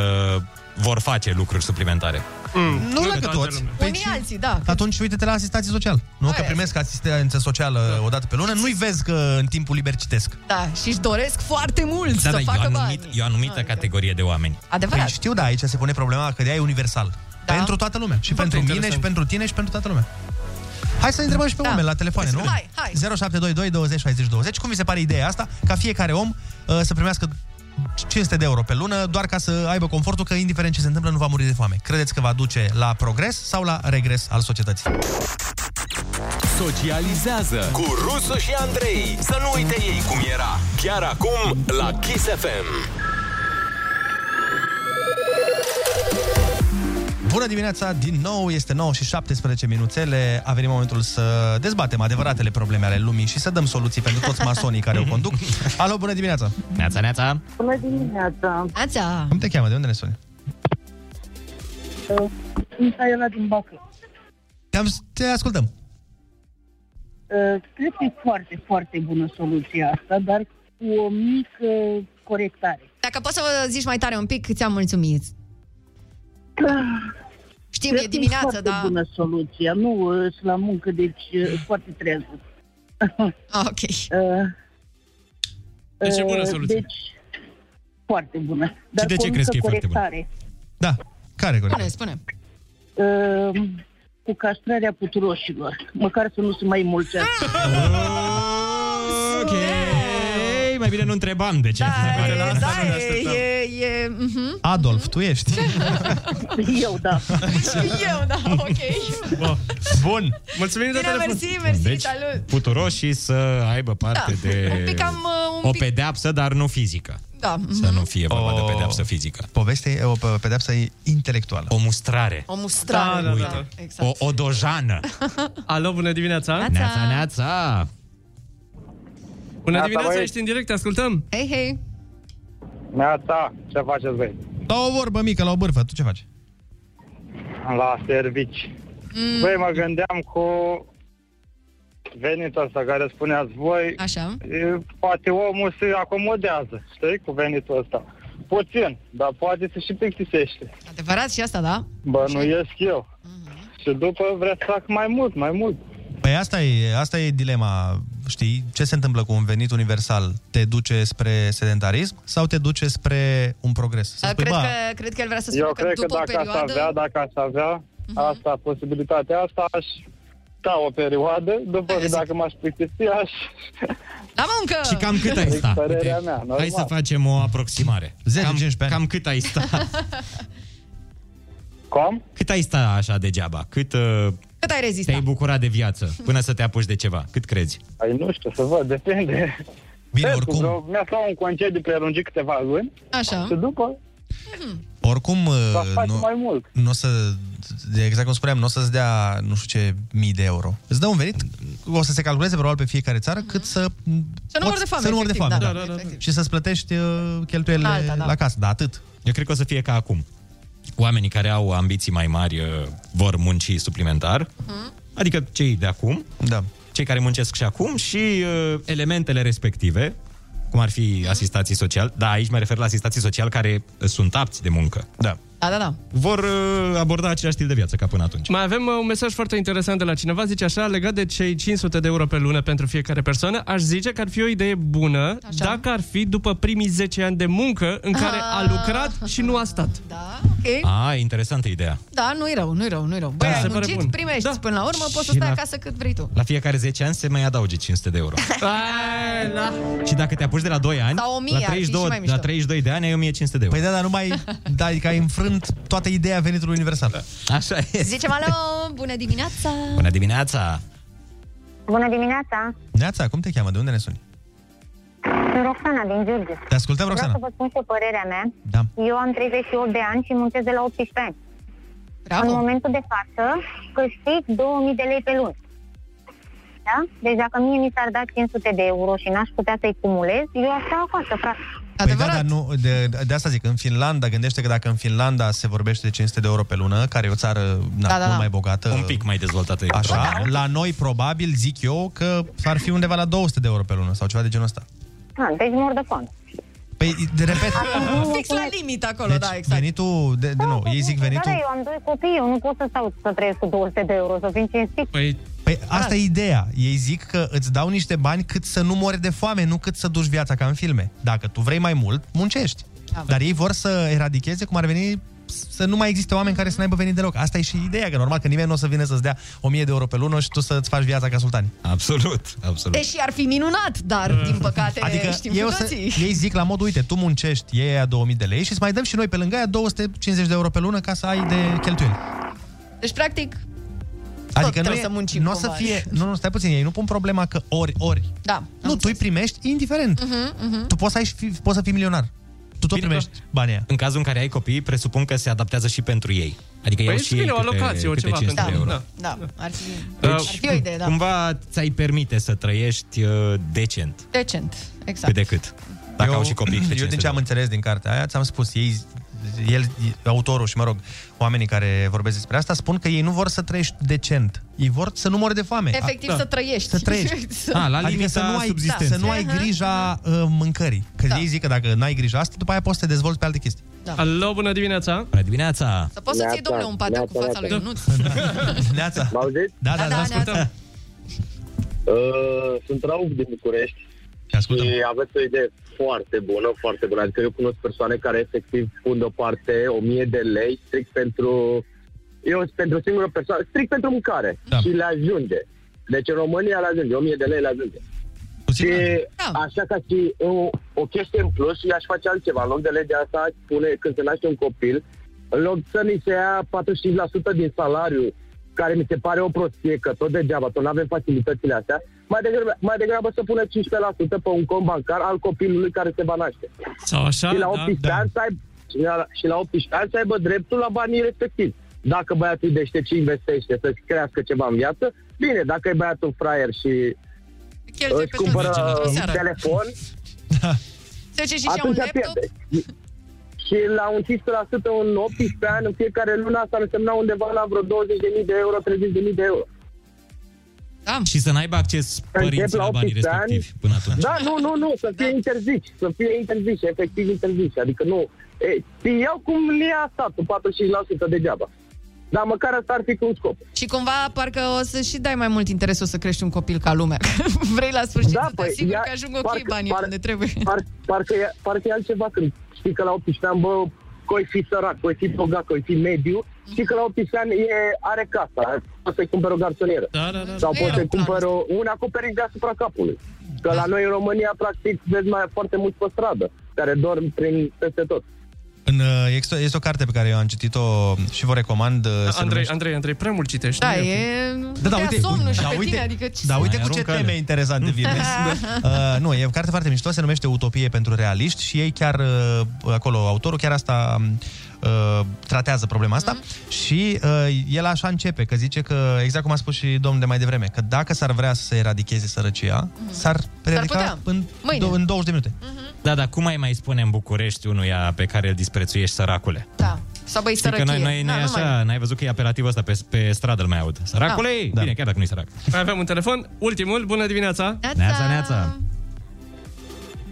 J: vor face lucruri suplimentare.
F: Mm. Nu la că toți. Păi
E: Unii alții, da.
F: Atunci uite-te la asistații social. Nu? Că primesc asistență socială o dată pe lună, nu-i vezi că în timpul liber citesc.
E: Da, și își doresc foarte mult
F: Da,
E: să
F: da, eu
E: facă
F: am
E: bani.
F: numit-
J: E o anumită categorie de oameni.
E: Adevărat.
F: Păi știu, da, aici se pune problema că de e universal. Da. Pentru toată lumea. Și pentru mine, și
E: interesant.
F: pentru tine, și pentru toată lumea. Hai să întrebăm și pe da. oameni la telefoane, nu?
E: Hai, hai.
F: 0722 20 60 20. Cum vi se pare ideea asta? Ca fiecare om uh, să primească 500 de euro pe lună doar ca să aibă confortul că indiferent ce se întâmplă nu va muri de foame. Credeți că va duce la progres sau la regres al societății?
D: Socializează cu Rusu și Andrei. Să nu uite ei cum era. Chiar acum la Kiss FM.
F: Bună dimineața, din nou este 9 și 17 minuțele, a venit momentul să dezbatem adevăratele probleme ale lumii și să dăm soluții pentru toți masonii care o <laughs> conduc. Alo, bună dimineața! Neața, neața!
U: Bună dimineața!
E: Ața!
F: Cum te cheamă? De unde ne suni?
U: Uh, Sunt Saiona din Bacău.
F: Te-am, te ascultăm.
U: Uh, Cred că e foarte, foarte bună soluția asta, da. dar cu o mică corectare.
E: Dacă poți să vă zici mai tare un pic, ți-am mulțumit.
U: Da. Cred
E: Știm, e da.
U: că
E: dimineață,
U: foarte
E: dar...
U: bună soluția. Nu, uh, sunt la muncă, deci uh, foarte trează.
E: Ah,
U: <laughs> Uh,
E: ok.
I: Deci e bună soluție.
U: Deci, foarte bună. Dar
F: de
U: cu
F: ce
U: o
F: crezi că
U: mică
F: e foarte bună?
U: corectare.
F: Da, care corect?
E: Spune, spune.
U: Uh, cu castrarea puturoșilor. Măcar să nu se mai mulțească.
J: Ok, mai bine nu întrebam de ce.
E: Da, e, e, e... mhm.
F: Adolf, tu ești.
U: <laughs> Eu, da.
E: Și <laughs> eu, da, ok.
J: Bun.
I: Mulțumim
E: Bine, mersi, mersi,
J: deci,
E: salut.
J: puturoșii să aibă parte
E: Da,
J: de
E: un pic am, uh, un
J: o
E: pic-
J: pedeapsă, dar nu fizică.
E: Da.
J: Să
E: mhm.
J: nu fie vorba
F: O-
R: Oh.
J: de pedeapsă fizică.
F: Povestea e o pe- pedeapsă e intelectuală.
J: O mustrare.
E: O mustrare.
I: Da, da, da.
E: Uite.
J: O odojană.
I: <laughs> Alo, bună dimineața!
J: Neața, neața!
I: Bună
J: Neața,
I: dimineața,
J: băieți.
I: ești în direct, te ascultăm!
E: Hei, hei.
V: Neața, ce faceți voi?
F: Da o vorbă mică la o bârfă, tu ce faci?
V: La servici. Mm. Băi, mă gândeam cu venitul ăsta care spuneați voi,
E: Așa.
V: e, poate omul se acomodează, știi, cu venitul ăsta. Puțin, dar poate se și plictisește.
E: Adevărat și asta, da?
V: Bănuiesc eu.
E: Mhm.
V: Mm-hmm. Și după vrea să fac mai mult, mai mult.
F: Păi asta e, asta e dilema, știi? Ce se întâmplă cu un venit universal? Te duce spre sedentarism sau te duce spre un progres? Să
E: Dar
F: spui,
E: Da, Cred
F: "Ba,
E: că, cred că el vrea să spună
V: eu
E: că
V: cred că
E: după o
V: dacă
E: perioadă... Mhm.
V: aș avea, da. dacă aș avea asta, posibilitatea asta, aș sta o perioadă, după dacă m-aș plictisi, aș...
E: La muncă!
J: Și cam cât ai sta?
V: Părerea
J: Uite,
V: mea,
J: Hai
V: normal.
J: să facem o aproximare. 10-15 ani. Cam cât ai sta?
V: Cum?
J: Cât ai sta așa degeaba? Cât uh,
E: Cât ai rezistat?
J: te-ai bucurat de viață până să te apuci de ceva? Cât crezi?
V: Ai, nu știu, să văd, depinde.
F: Bine,
V: oricum. Vreau, mi-a luat un concediu prelungit câteva luni.
E: Așa.
V: Și după,
F: Oricum, uh,
V: va face
F: nu,
V: mai mult.
F: nu o să, de exact cum spuneam, nu o să-ți dea nu știu ce mii de euro. Îți dă un venit, o să se calculeze probabil pe fiecare țară cât să...
E: Să nu mor de foame,
F: Să nu mor de
E: efectiv,
F: foame,
E: da,
F: da.
E: da, da, da.
F: Și să-ți plătești uh, cheltuielile
E: Alta, da.
F: la casă, da, atât.
J: Eu cred că o să fie ca acum. Oamenii care au ambiții mai mari uh, vor munci suplimentar,
E: Mhm.
J: adică cei de acum,
F: da.
J: cei care muncesc și acum și uh, elementele respective,
E: Mhm.
J: cum ar fi asistații sociali, da, aici mă refer la asistații sociali care uh, sunt apți de muncă.
F: Da.
E: Da, da, da.
S: vor uh, aborda același stil de viață ca până atunci.
I: Mai avem uh, un mesaj foarte interesant de la cineva, zice așa, legat de cei 500 de euro pe lună pentru fiecare persoană, aș zice că ar fi o idee bună așa. dacă ar fi după primii 10 ani de muncă în care a,
E: Ah.
I: lucrat și nu a stat. Da.
E: Ok?
J: Ah, interesantă ideea.
E: Da, nu-i rău, nu-i rău, nu-i rău. Băi,
J: Da,
E: ai
J: se pare
E: muncit,
J: bun.
E: primești da. până la urmă, poți să
J: Și
E: stai
J: la-
E: acasă cât vrei tu.
J: La fiecare 10 ani se mai adauge 500 de euro.
E: <laughs> Ai, da.
J: și dacă te apuci de la 2 ani,
E: Sau 1000
J: la,
E: ar fi și
J: 32,
E: mai mișto.
J: la 32 de ani ai 1500 de euro.
F: Păi da, dar nu mai... Da, adică ai înfrânt toată ideea venitului universal.
J: Da. Așa e.
E: Zicem, alo, bună dimineața!
J: Bună dimineața!
W: Bună dimineața!
F: Neața, cum te cheamă? De unde ne suni?
W: Sunt Roxana din Giurgiu.
F: Te ascultăm,
W: Vreau
F: Roxana.
W: să vă spun și părerea mea.
F: Da.
W: Eu am 38 de ani și muncesc de la 18 ani. În momentul de față câștig 2000 de lei pe lună. Da? Deci dacă mie mi s-ar da 500 de euro și n-aș putea să-i cumulez, eu aș sta acasă, frate.
F: Păi da, dar nu, de, de asta zic, în Finlanda, gândește că dacă în Finlanda se vorbește de 500 de euro pe lună, care e o țară na, da,
W: Da, da,
F: da, mult
W: da.
F: mai bogată.
J: Un pic mai dezvoltată.
F: Așa, la noi probabil, zic eu, că ar fi undeva la 200 de euro pe lună sau ceva de genul ăsta.
W: Da, deci mor de fond.
F: Păi, de, repet,
E: Fix la limit acolo,
F: deci
E: da, exact.
F: venitul, de, de nou, ei zic
W: Da, da,
F: venitul...
W: eu am doi copii, eu nu pot să stau să trăiesc cu 200 de euro, să fim cinstit.
I: Păi,
F: Păi
J: da.
F: asta e ideea. Ei zic că îți dau niște bani cât să nu mori de foame, nu cât să duci viața ca în filme. Dacă tu vrei mai mult, muncești.
E: Da.
F: Dar ei vor să eradicheze cum ar veni să nu mai existe oameni care să n-aibă venit deloc. Asta e și ideea, că normal că nimeni nu o să vină să-ți dea 1000 de euro pe lună și tu să-ți faci viața ca sultani.
J: Absolut, absolut.
E: Deși ar fi minunat, dar, din păcate,
F: Adică
E: știm
F: eu
E: cu
F: să,
E: toții.
F: ei zic la modul, uite, tu muncești, ei aia 2000 de lei și îți mai dăm și noi pe lângă aia 250 de euro pe lună ca să ai de cheltuieli.
E: Deci, practic,
F: Adică nu,
E: trebuie
F: e-
E: să muncim
F: nu o să
E: cumva.
F: fie, nu, nu, stai puțin, ei nu pun problema că ori, ori.
E: Da.
F: Nu, tu îi primești indiferent.
E: Mhm, mhm.
F: Tu poți să, ai și fi, poți să fii milionar. Tu tot primești banii aia.
J: În cazul în care ai copii, presupun că se adaptează și pentru ei. Adică
I: Păi
J: iau
I: îți
J: și ei
I: vine o
J: câte,
I: alocație, o
J: câte
I: ceva
J: 500
I: pentru
J: de euro.
I: Da.
E: da, ar fi, ar
J: Deci,
E: fi o idee, da.
J: Cumva ți-ai permite să trăiești uh, decent,
E: Decent, exact.
J: cât de cât. Dacă
F: eu,
J: au și copii. câte
F: Eu din
J: 500
F: ce am înțeles din cartea aia, ți-am spus, ei, el, autorul și, mă rog, oamenii care vorbesc despre asta, spun că ei nu vor să trăiești decent. Ei vor să nu mori de foame.
E: Efectiv, să trăiești.
F: Să
E: <laughs>
F: trăiești.
E: Ah, la
F: da. adică
E: limita
F: să nu ai,
E: subzistenței.
F: Să nu ai grija uh, mâncării. Că da. ei zic că dacă n-ai grija asta, după aia poți să te dezvolți pe alte chestii.
E: Da.
I: Alo, bună dimineața!
J: Bună dimineața!
E: Să poți să-ți iei,
F: Neața,
E: domnule, un patea cu
F: neața,
E: fața lui
F: neața.
E: Ionuț.
F: <laughs> Neața. Da, da, da, ascultăm.
L: Uh, sunt Rauf din București și aveți o idee foarte bună, foarte bună. Adică eu cunosc persoane care efectiv pun deoparte 1000 de lei strict pentru... Eu sunt pentru o singură persoană, strict pentru mâncare da. și le ajunge. Deci în România le ajunge, 1000 de lei le ajunge. Și așa ca și o, o chestie în plus, eu aș face altceva. În loc de legea asta, aș pune când se naște un copil, în loc să ni se ia 45% din salariu, care mi se pare o prostie, că tot degeaba, tot nu avem facilitățile astea, mai degrabă, mai degrabă să pune 15% pe un cont bancar al copilului care se va naște.
I: Sau așa,
L: și la
I: da,
L: 18
I: da.
L: ani să aibă, și la, și la 18 ani să aibă dreptul la banii respectivi. Dacă băiatul e deștept și investește să-și crească ceva în viață, bine, dacă e băiatul fraier și
E: Cheltuie
L: își
E: pe
L: cumpără
E: toți într-o
L: un
E: seară.
L: telefon,
E: Se duce și și un laptop.
L: pierde. Și- Și la un 15%, un 18 ani, în fiecare lună, asta ar însemna undeva la vreo 20.000 de euro, 30.000 de euro.
J: Da. Și să n-aibă acces părinții
L: Încep
J: la, banii
L: 18
J: respectivi până atunci.
L: Da, nu, nu, nu, să fie interziși, să fie interziși, efectiv interziși. Adică nu, e, te iau cum le ia statul, 45% degeaba. Dar măcar asta ar fi cu un scop.
E: Și cumva parcă o să și dai mai mult interesul să crești un copil ca lumea. <laughs> Vrei la sfârșit da, să te asiguri că ajung ok banii unde trebuie.
L: Par, parcă, e, parcă e altceva când știi că la 18 ani, bă, coi fi sărac, coi fi bogat, coi fi mediu, știi că la 18 ani e, are casa, poți să-i cumperi o garsonieră.
I: Da, da, da.
L: Sau
I: Da,
L: poți
I: da,
L: să-i cumperi o, un acoperiș deasupra capului. Că la noi în România, practic, vezi mai foarte mulți pe stradă, care dorm prin peste tot.
F: În, uh, este, o- este o carte pe care eu am citit-o și vă recomand. uh, se
I: Da, Andrei, Andrei, Andrei, prea mult citești.
E: Da,
I: nu
E: e...
F: Da, da,
E: te ia
F: uite,
E: somnul și
F: da,
E: pe
F: uite,
E: tine, adică ce
F: da,
E: să-
F: uite cu ce teme
E: <laughs>
F: interesante vine. uh, nu, e o carte foarte mișto, se numește Utopie pentru realiști și ei chiar, uh, acolo, autorul chiar asta uh, tratează problema asta
E: Mhm.
F: mm-hmm. și uh, el așa începe, că zice că, exact cum a spus și domnul de mai devreme, că dacă s-ar vrea să se eradicheze sărăcia, mm-hmm. s-ar eradica
E: Mhm. putea.
F: în,
E: Mâine.
F: dou- în 20 de minute.
J: Da, dar cum mai mai spune în București unuia pe care îl disprețuiești săracule?
E: Da. Sau băi
J: Știi că
E: sărăchie.
J: noi, noi, noi
E: Na, Da, nu mai-
J: așa, n-ai văzut că e apelativul ăsta pe, pe stradă, îl mai aud. Săracule,
I: Ah.
J: da. bine, chiar dacă nu-i sărac.
I: Mai avem un telefon. Ultimul, bună dimineața!
J: Neața, neața!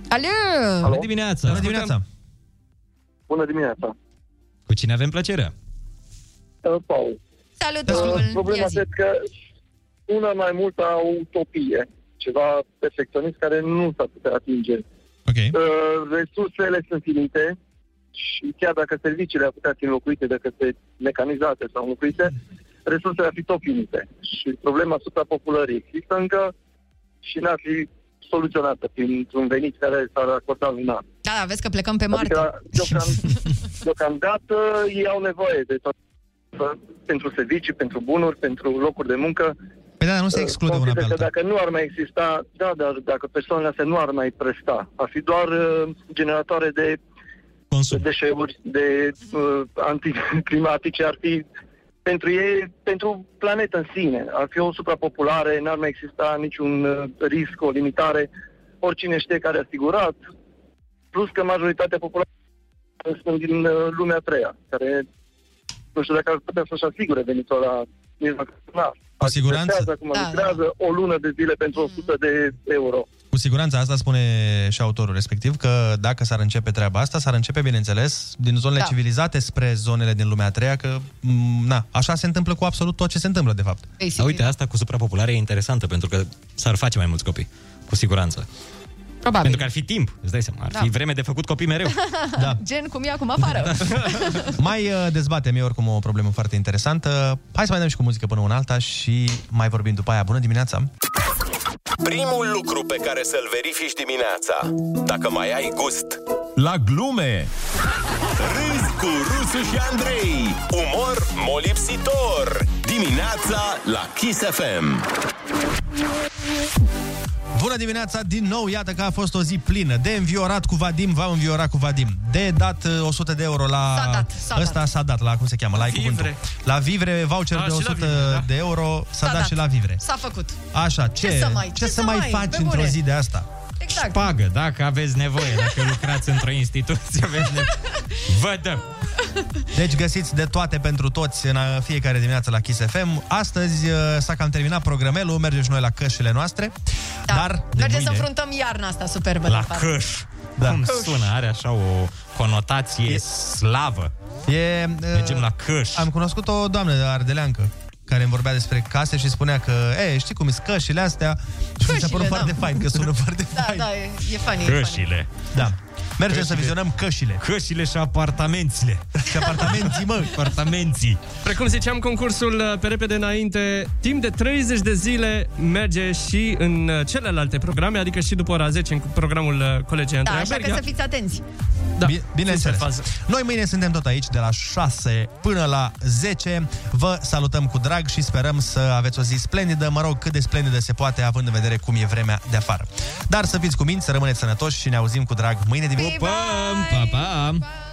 E: Alo!
J: Bună dimineața!
F: Bună dimineața!
X: Bună dimineața!
J: Cu cine avem plăcerea?
N: Uh, Paul.
E: Salut,
N: Paul. Problema este că una mai mult a o utopie, ceva perfecționist care nu s-ar putea atinge. Uh,
F: Okay.
N: Resursele sunt finite și chiar dacă serviciile ar putea fi înlocuite de către mecanizate sau înlocuite, resursele ar fi tot finite. Și problema suprapopulării există încă și n-ar fi soluționată printr-un venit care s-ar acorda lunar.
E: Da, da, vezi că plecăm pe Marte.
N: Adică, deocam, deocamdată, ei au nevoie de tot. Pentru servicii, pentru bunuri, pentru locuri de muncă.
F: Păi da, nu se exclude una
N: Consider
F: pe
N: că
F: alta.
N: dacă nu ar mai exista, da, dar dacă persoanele astea nu ar mai presta, ar fi doar uh, generatoare de
J: Consum.
N: de deșeuri, de uh, anticlimatice, ar fi pentru ei, pentru planetă în sine. Ar fi o suprapopulare, n-ar mai exista niciun uh, risc, o limitare, oricine știe care a asigurat, plus că majoritatea populației sunt din uh, lumea a treia, care nu știu dacă ar putea să-și asigure venitul la
F: Cu siguranță.
N: Lucrează acum, da, Mm. lucrează o lună de zile pentru 100 de euro.
F: Cu siguranță asta spune și autorul respectiv, că dacă s-ar începe treaba asta, s-ar începe, bineînțeles, din zonele
E: Da.
F: da. civilizate spre zonele din lumea a treia, că, m, na, așa se întâmplă cu absolut tot ce se întâmplă, de fapt.
E: Păi,
J: Dar uite, asta cu suprapopulare e interesantă, pentru că s-ar face mai mulți copii, cu siguranță.
E: Probabil.
J: Pentru că ar fi timp, îți dai seama, ar
E: Da.
J: fi vreme de făcut copii
E: <laughs>
J: mereu.
F: Da.
E: Gen cum e acum <laughs> afară.
F: Mai uh, dezbatem, e oricum o problemă foarte interesantă. Hai să mai dăm și cu muzică până una alta și mai vorbim după aia. Bună dimineața!
D: Primul lucru pe care să-l verifici dimineața Dacă mai ai gust La glume Râzi cu Rusu și Andrei Umor molipsitor Dimineața la Kiss FM
F: Bună dimineața din nou, iată că a fost o zi plină De înviorat cu Vadim, va înviora cu Vadim De dat uh, 100 de euro la...
E: S-a dat, s-a
F: Ăsta
E: dat.
F: s-a dat, la cum se cheamă, la, ai
E: Vivre.
F: cuvântul La vivre, voucher
E: Da,
F: de
E: și la
F: 100
E: vivre, da.
F: de euro S-a, dat, și la vivre
E: S-a făcut.
F: Așa, ce,
E: să mai- ce să mai,
F: faci
E: pe
F: într-o
E: bune?
F: zi de asta?
E: Exact.
J: Pagă, dacă aveți nevoie, dacă lucrați într-o instituție, <laughs> aveți nevoie. Vă
E: <laughs>
J: dăm!
F: Deci găsiți de toate pentru toți în uh, fiecare dimineață la Kiss FM. Astăzi uh, s-a cam terminat programelul, mergem și noi la cășile noastre. Da. Dar de
E: Mergem să
F: mâine,
E: înfruntăm iarna asta superbă.
J: La
E: de fapt.
J: căș. Da. Cum sună? Are așa o conotație slavă.
F: E,
J: Mergem la căș.
F: Am cunoscut o doamnă de la Ardeleancă care îmi vorbea despre case și spunea că, e, știi cum sunt cășile astea? Și mi s-a părut
E: Cășile, da.
F: foarte fain, că sună
J: <laughs>
F: foarte...
E: Da, da, e, e funny. e funny.
J: Cășile.
F: Da. Mergem să vizionăm cășile.
J: Cășile și apartamențile.
F: <laughs> Și apartamenții, mă.
J: Apartamenții.
I: Precum ziceam, concursul uh, pe repede înainte, timp de 30 de zile merge și în uh, celelalte programe, adică și după ora 10 în programul uh, colegii
E: Da,
I: Andreea
E: așa că
I: Berghia.
E: să fiți atenți.
I: Da,
F: Bineînțeles.
I: fiți pe fază.
F: Noi mâine suntem tot aici de la 6 până la 10. Vă salutăm cu drag și sperăm să aveți o zi splendidă, mă rog, cât de splendidă se poate, având în vedere cum e vremea de afară. Dar să fiți cu minți, să rămâneți sănătoși și ne auzim cu drag mâine dimineață.
J: Pupăm! Pa, pa! pa.